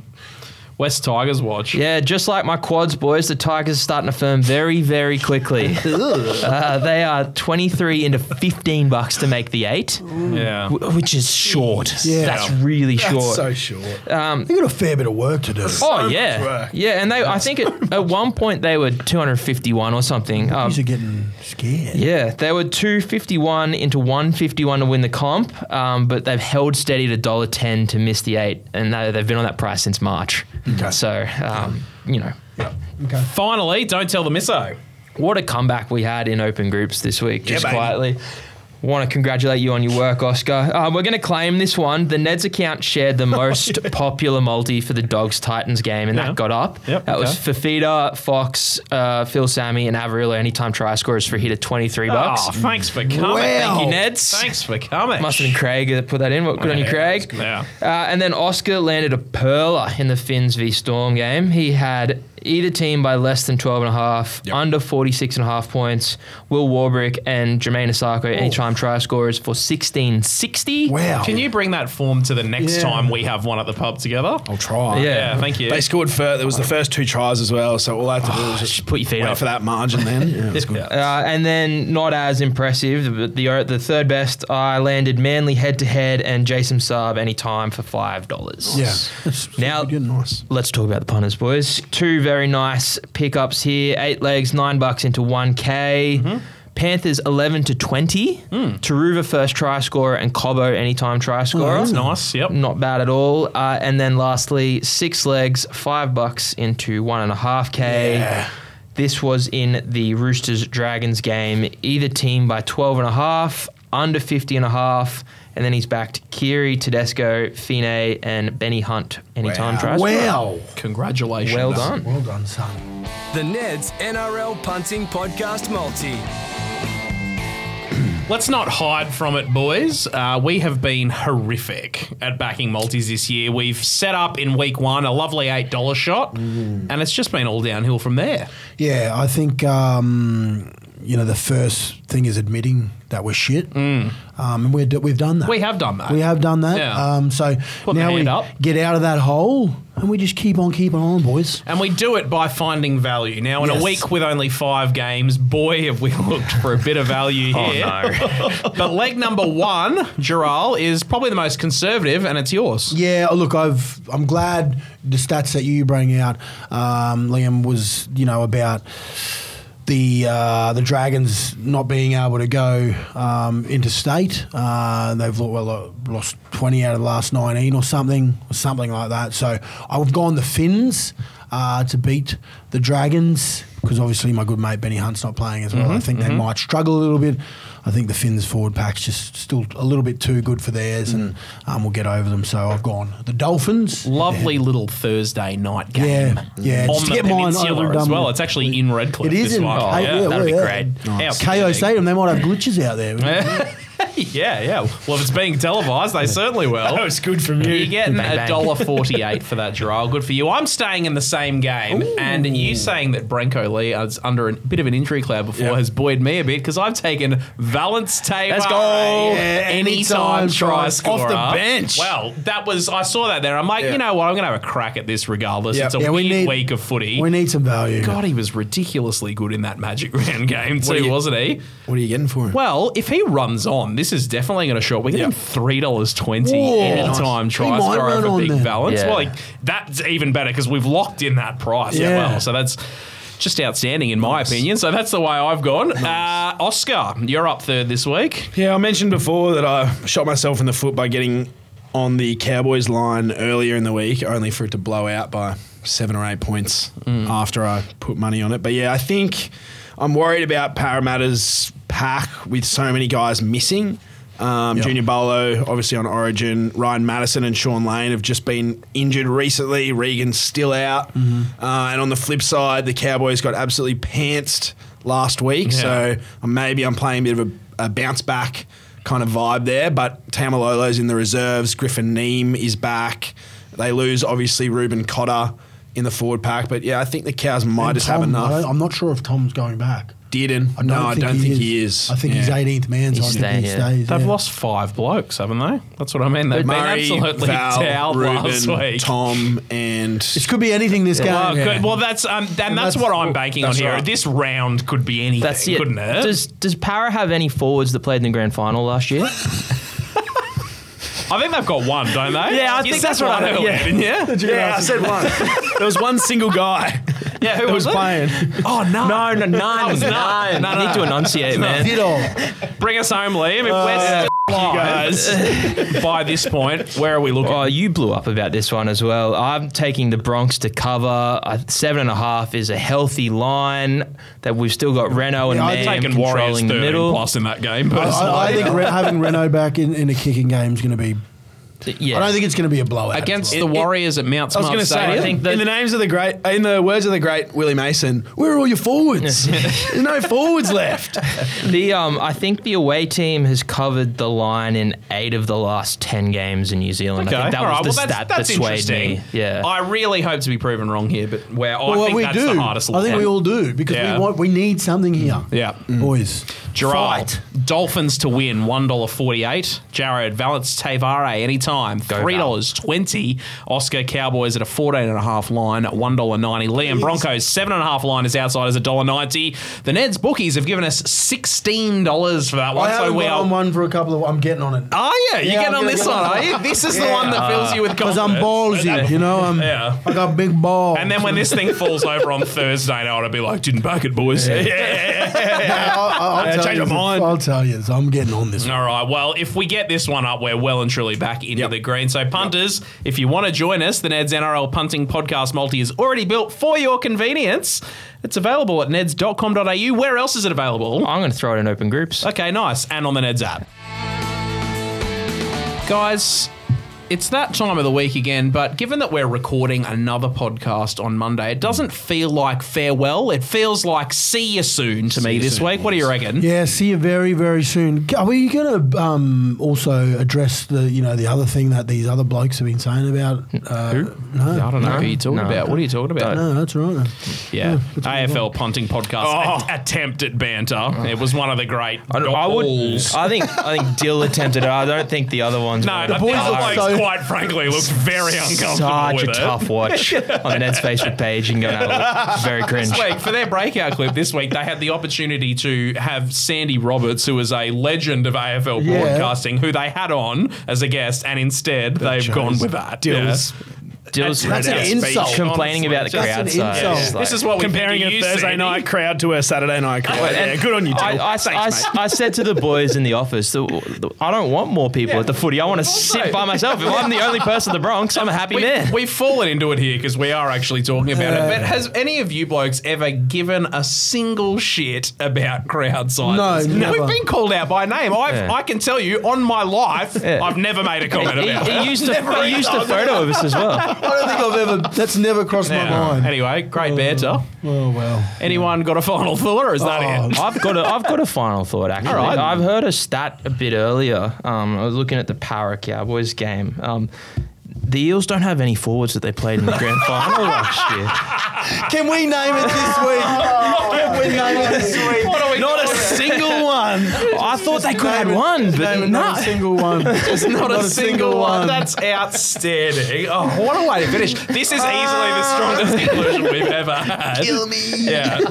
West Tigers watch.
Yeah, just like my quads, boys, the Tigers are starting to firm very, very quickly. uh, they are 23 into 15 bucks to make the eight,
Yeah.
wh- which is short.
Yeah.
That's really short.
So short.
Um,
They got a fair bit of work to do.
Oh yeah,
work.
yeah, and they. I think at, at one point they were 251 or something. Um,
These are getting scared.
yeah, they were 251 into 151 to win the comp, um, but they've held steady to dollar ten to miss the eight, and they, they've been on that price since March. So, um, you know,
Finally, E, don't tell the misso.
What a comeback we had in open groups this week, just
baby.
quietly. Want to congratulate you on your work, Oscar. Uh, we're going to claim this one. The Neds account shared the most popular multi for the Dogs Titans game, and
Yeah.
that got up.
Yep,
that was
okay.
Fafita, Fox, uh, Phil Sammy, and Avarillo anytime try scorers for a hit of 23 bucks.
Oh, thanks for coming.
Thank you,
Thank
Neds.
you. Thanks for coming.
Must have been Craig that put that in. Well, Good on you,
Yeah,
Craig.
Yeah.
Uh, and then Oscar landed a perler in the Finns v Storm game. He had either team by less than 12 and a half, under 46 and a half points. Will Warbrick and Jermaine Asako anytime try scorers for 1660.
Wow.
Can you bring that form to the next time we have one at the pub together?
I'll try.
Oh, Yeah.
Yeah, thank you.
They scored first. There was the first two tries as well, so all I had to do was just
Put your feet
wait
up.
for that margin. Then yeah, it's good.
Uh, and then not as impressive, but the the third best, I landed Manly head to head and Jason Saab anytime for five dollars.
Yeah.
Now-
Good, nice.
Let's talk about the punters, boys. Two very nice pickups here. Eight legs, nine bucks into 1K.
Mm-hmm.
Panthers 11 to 20.
Mm.
Taruva first try scorer and Cobo anytime try scorer.
That's nice. Yep.
Not bad at all. Uh, and then lastly, six legs, five bucks into one and a half K. This was in the Roosters Dragons game. Either team by 12 and a half, under 50 and a half. And then he's backed Kiri, Tedesco, Fine, and Benny Hunt anytime try scorer.
Wow.
Congratulations.
Well done.
Well done, son.
The Neds NRL Punting Podcast Multi.
Let's not hide from it, boys. Uh, we have been horrific at backing multis this year. We've set up in week one a lovely $8 shot,
Mm.
and it's just been all downhill from there.
Yeah, I think um, you know the first thing is admitting that we're shit, um, and we're, d- we've done that.
Mm. We have done that.
We have done that.
Yeah.
Um, so
Put my
now
hand
we
up.
get out of that hole, and we just keep on keeping on, boys.
And we do it by finding value. Now, in a
Yes.
week with only five games, boy, have we looked for a bit of value
Oh,
here. but leg number one, Gerald, is probably the most conservative, and it's yours.
Yeah, oh, look, I've I'm glad the stats that you bring out, um, Liam, was you know about the uh, the Dragons not being able to go um, interstate. Uh, they've lo- well, uh, lost twenty out of the last nineteen or something, or something like that. So I've gone the Finns uh, to beat the Dragons because obviously my good mate Benny Hunt's not playing as well.
Mm-hmm,
I think they might struggle a little bit. I think the Finns forward pack's just still a little bit too good for theirs, and
Mm.
um, we'll get over them. So I've gone the Dolphins.
Lovely little Thursday night game.
Yeah, yeah,
On
just
the
get mine over
peninsula
and
as
done
well.
with.
It's actually in Redcliffe.
It is
this
in
one. Oh,
K-
yeah,
yeah,
that'd be
yeah.
great.
Nice.
Our
KO Stadium. They might have glitches out there.
yeah, yeah. Well, if it's being televised, they certainly will. That was good from you. You're getting
Bang,
a
bang.
dollar forty-eight for that, Gerald. Good for you. I'm staying in the same game, and you saying that Branko Lee is under a bit of an injury cloud before has buoyed me a bit because I've taken Valence Taylor.
Let's go.
Yeah,
anytime
anytime
try
try.
scorer
Off the bench.
Well, that was I saw that there. I'm like, you know what? I'm going to have a crack at this regardless.
Yeah.
It's a
Yeah, we
weird
need-
week of footy.
We need some value.
God, he was ridiculously good in that Magic Round game too,
do you-
wasn't he?
What are you getting for him?
Well, if he runs on, this is definitely going to show up. We're getting three dollars twenty
Whoa.
anytime
He
try
might
score
run
over
on
big
then.
balance.
Yeah.
Well, like, that's even better because we've locked in that price as
Yeah.
well. So that's just outstanding in my opinion. So that's the way I've gone. Uh, Oscar, you're up third this week.
Yeah, I mentioned before that I shot myself in the foot by getting on the Cowboys line earlier in the week, only for it to blow out by seven or eight points after I put money on it. But yeah, I think I'm worried about Parramatta's pack with so many guys missing. Um, Junior Bolo, obviously on Origin. Ryan Madison and Sean Lane have just been injured recently. Regan's still out. Uh, and on the flip side, the Cowboys got absolutely pantsed last week. So maybe I'm playing a bit of a, a bounce back kind of vibe there. But Tamalolo's in the reserves. Griffin Neem is back. They lose, obviously, Ruben Cotter in the forward pack. But yeah, I think the Cows might
And
just
Tom,
have enough.
I don't- I'm not sure if Tom's going back.
Didn't.
I don't
no, I
think
don't
he
think
is.
he is.
I think he's
Yeah.
18th man, so
He's
I think
staying,
he
yeah.
stays.
They've
yeah.
lost five blokes, haven't they? That's what I mean. They've
Murray,
been absolutely
Val,
towed
Ruben,
last week.
Tom, and
This could be anything this
Well,
game.
good. well, that's um, and, that's,
that's-
what I'm banking on
that's
here.
right.
This round could be anything,
That's it.
couldn't it?
Does Does Para have any forwards that played in the grand final last year?
I think they've got one, don't they?
Yeah, I
You
think
said
that's what
one
I-
earlier,
yeah.
didn't you?
yeah, I said one. there was one single guy.
Yeah, who was, playing? Oh no,
No, no,
That
none.
was not-
None.
no,
I
no.
need to enunciate, man.
Did all.
Bring us home, Liam. If
Uh,
we're still alive by this point, where are we looking?
Oh, you blew up about this one as well. I'm taking the Bronx to cover. I, seven and a half is a healthy line. That we've still got Reno and
Yeah,
Mann
I'd
Taking Warriors
controlling the
13
middle.
plus in that game,
I,
personally.
I- I think re- having Renault back in, in a kicking game is going to be.
Yeah,
I don't think it's going to be a blowout.
against the Warriors at Mount
I was
Smart
going to say,
Stadium.
I think that-
in the names of the great, in the words of the great Willie Mason, where are all your forwards? There's no forwards left.
the um, I think the away team has covered the line in eight of the last ten games in New Zealand. I think that
all
was
right,
the
well,
stat that swayed me. Yeah,
I really hope to be proven wrong here, but where I
Well,
think
we
that's
do.
the hardest.
I think we all do because
Yeah.
we want we need something here.
Yeah. Mm.
boys.
Gerard,
Fight.
Dolphins to win one dollar forty eight. Jared Valence Tavare anytime three dollars twenty. Oscar Cowboys at a fourteen and a half line at one dollar ninety. Liam Broncos seven and a half line is outside as a dollar ninety. The Neds bookies have given us sixteen dollars for that one.
I
so
haven't
we
got
are.
on one for a couple of. I'm getting on it
Oh yeah, you
Yeah,
get
I'm
on
gonna
this
get
one,
on
are
it.
you? This is the one that fills you with confidence.
because I'm ballsy. You know, I'm.
Yeah.
I got big balls.
And then when this thing falls over on Thursday night, I'll be like, didn't back it, boys.
I'll, I'll tell
change
you,
my mind.
I'll tell you, I'm getting on this.
All right. Well, if we get this one up, we're well and truly back into
Yep.
the green. So, punters, if you want to join us, the Ned's NRL Punting Podcast Multi is already built for your convenience. It's available at neds.com.au. Where else is it available?
I'm going to throw it in open groups.
Okay, nice. And on the Neds app. Guys, it's that time of the week again, but given that we're recording another podcast on Monday, it doesn't feel like farewell. It feels like see you soon to me this week. What do you reckon?
Yeah, see you very, very soon. Are we going to um, also address the, you know, the other thing that these other blokes have been saying about? Uh, No,
I don't know who you're talking
No.
about. What are you talking about?
no, that's right.
Yeah. AFL punting podcast a- attempt at banter. It was one of the great.
Oh. I, don't- I would.
goals.
I think. I think Dill attempted it. I don't think the other ones.
No,
were.
the
boys
boys
are
blokes,
so-
quite frankly, looked very uncomfortable
Such
with
a
it.
tough watch on the Ned's Facebook page. You can go and have a look. It's Very cringe.
This week, for their breakout clip this week, they had the opportunity to have Sandy Roberts, who is a legend of AFL
Yeah.
broadcasting, who they had on as a guest, and instead they've gone with that.
Deals.
Dill's
That's an
Dill's
insult.
Complaining about the
That's
crowd
an
size.
insult.
It's like-
This is what we're
Comparing a Thursday night crowd to a Saturday night
Oh,
crowd. yeah, good on you, Dill.
I, I, I,
Thanks, mate.
I said to the boys in the office, that I don't want more people at the footy. I want to sit by myself. If I'm the only person in the Bronx, I'm a happy man.
We've fallen into it here because we are actually talking about it. But has any of you blokes ever given a single shit about crowd sizes?
No, never.
We've been called out by name. I've,
Yeah.
I can tell you on my life,
Yeah.
I've never made a comment
he,
about
he
it.
used, a, he used a photo of us as well.
I don't think I've ever. That's never crossed my mind.
Anyway, great banter.
Oh well.
Anyone got a final thought, or is that
Oh,
it?
I've got a, I've got a final thought actually.
right.
I've heard a stat a bit earlier. Um, I was looking at the Para Cowboys game. Um, the Eels don't have any forwards that they played in the grand final last year.
Can we name it this week? Can we name it this week?
What are we
Not a
doing?
single one. I thought they could have
Name it-
one,
name
but
it, not a
no.
single one. Just
Not, a, single, one. That's outstanding. Oh, what a way to finish. This is easily
Ah.
the strongest conclusion we've ever had. Kill me. Yeah.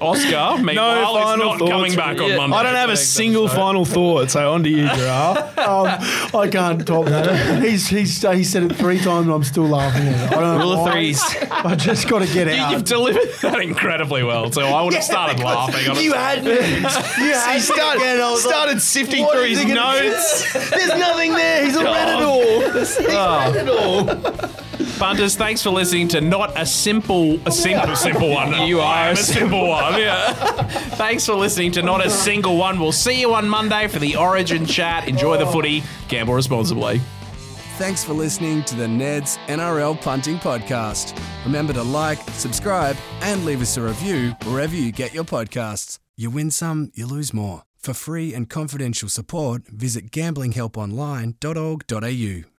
Oscar, meanwhile, is
final
not
thoughts.
coming back on
Yeah.
Monday.
I don't have a single final thought, so on to you, Gerard.
Um, I can't top that. He's, he's, he said it three times and I'm still laughing at it. I don't know
Rule of
why.
threes.
I just got to get
You-
out.
You've delivered that incredibly well, so I would have started laughing. I
you had
You had me
started,
again. I was like,
started sifting
what
through
is
his
he gonna-
notes.
There's nothing there. He's
Oh,
read it all. He's read it all.
Bunters, thanks for listening to not a simple, a simple, simple one. You are a simple one. Yeah. thanks for listening to not a single one. We'll see you on Monday for the Origin chat. Enjoy the footy. Gamble responsibly.
Thanks for listening to the Neds NRL Punting Podcast. Remember to like, subscribe, and leave us a review wherever you get your podcasts. You win some, you lose more. For free and confidential support, visit gamblinghelponline.org.au.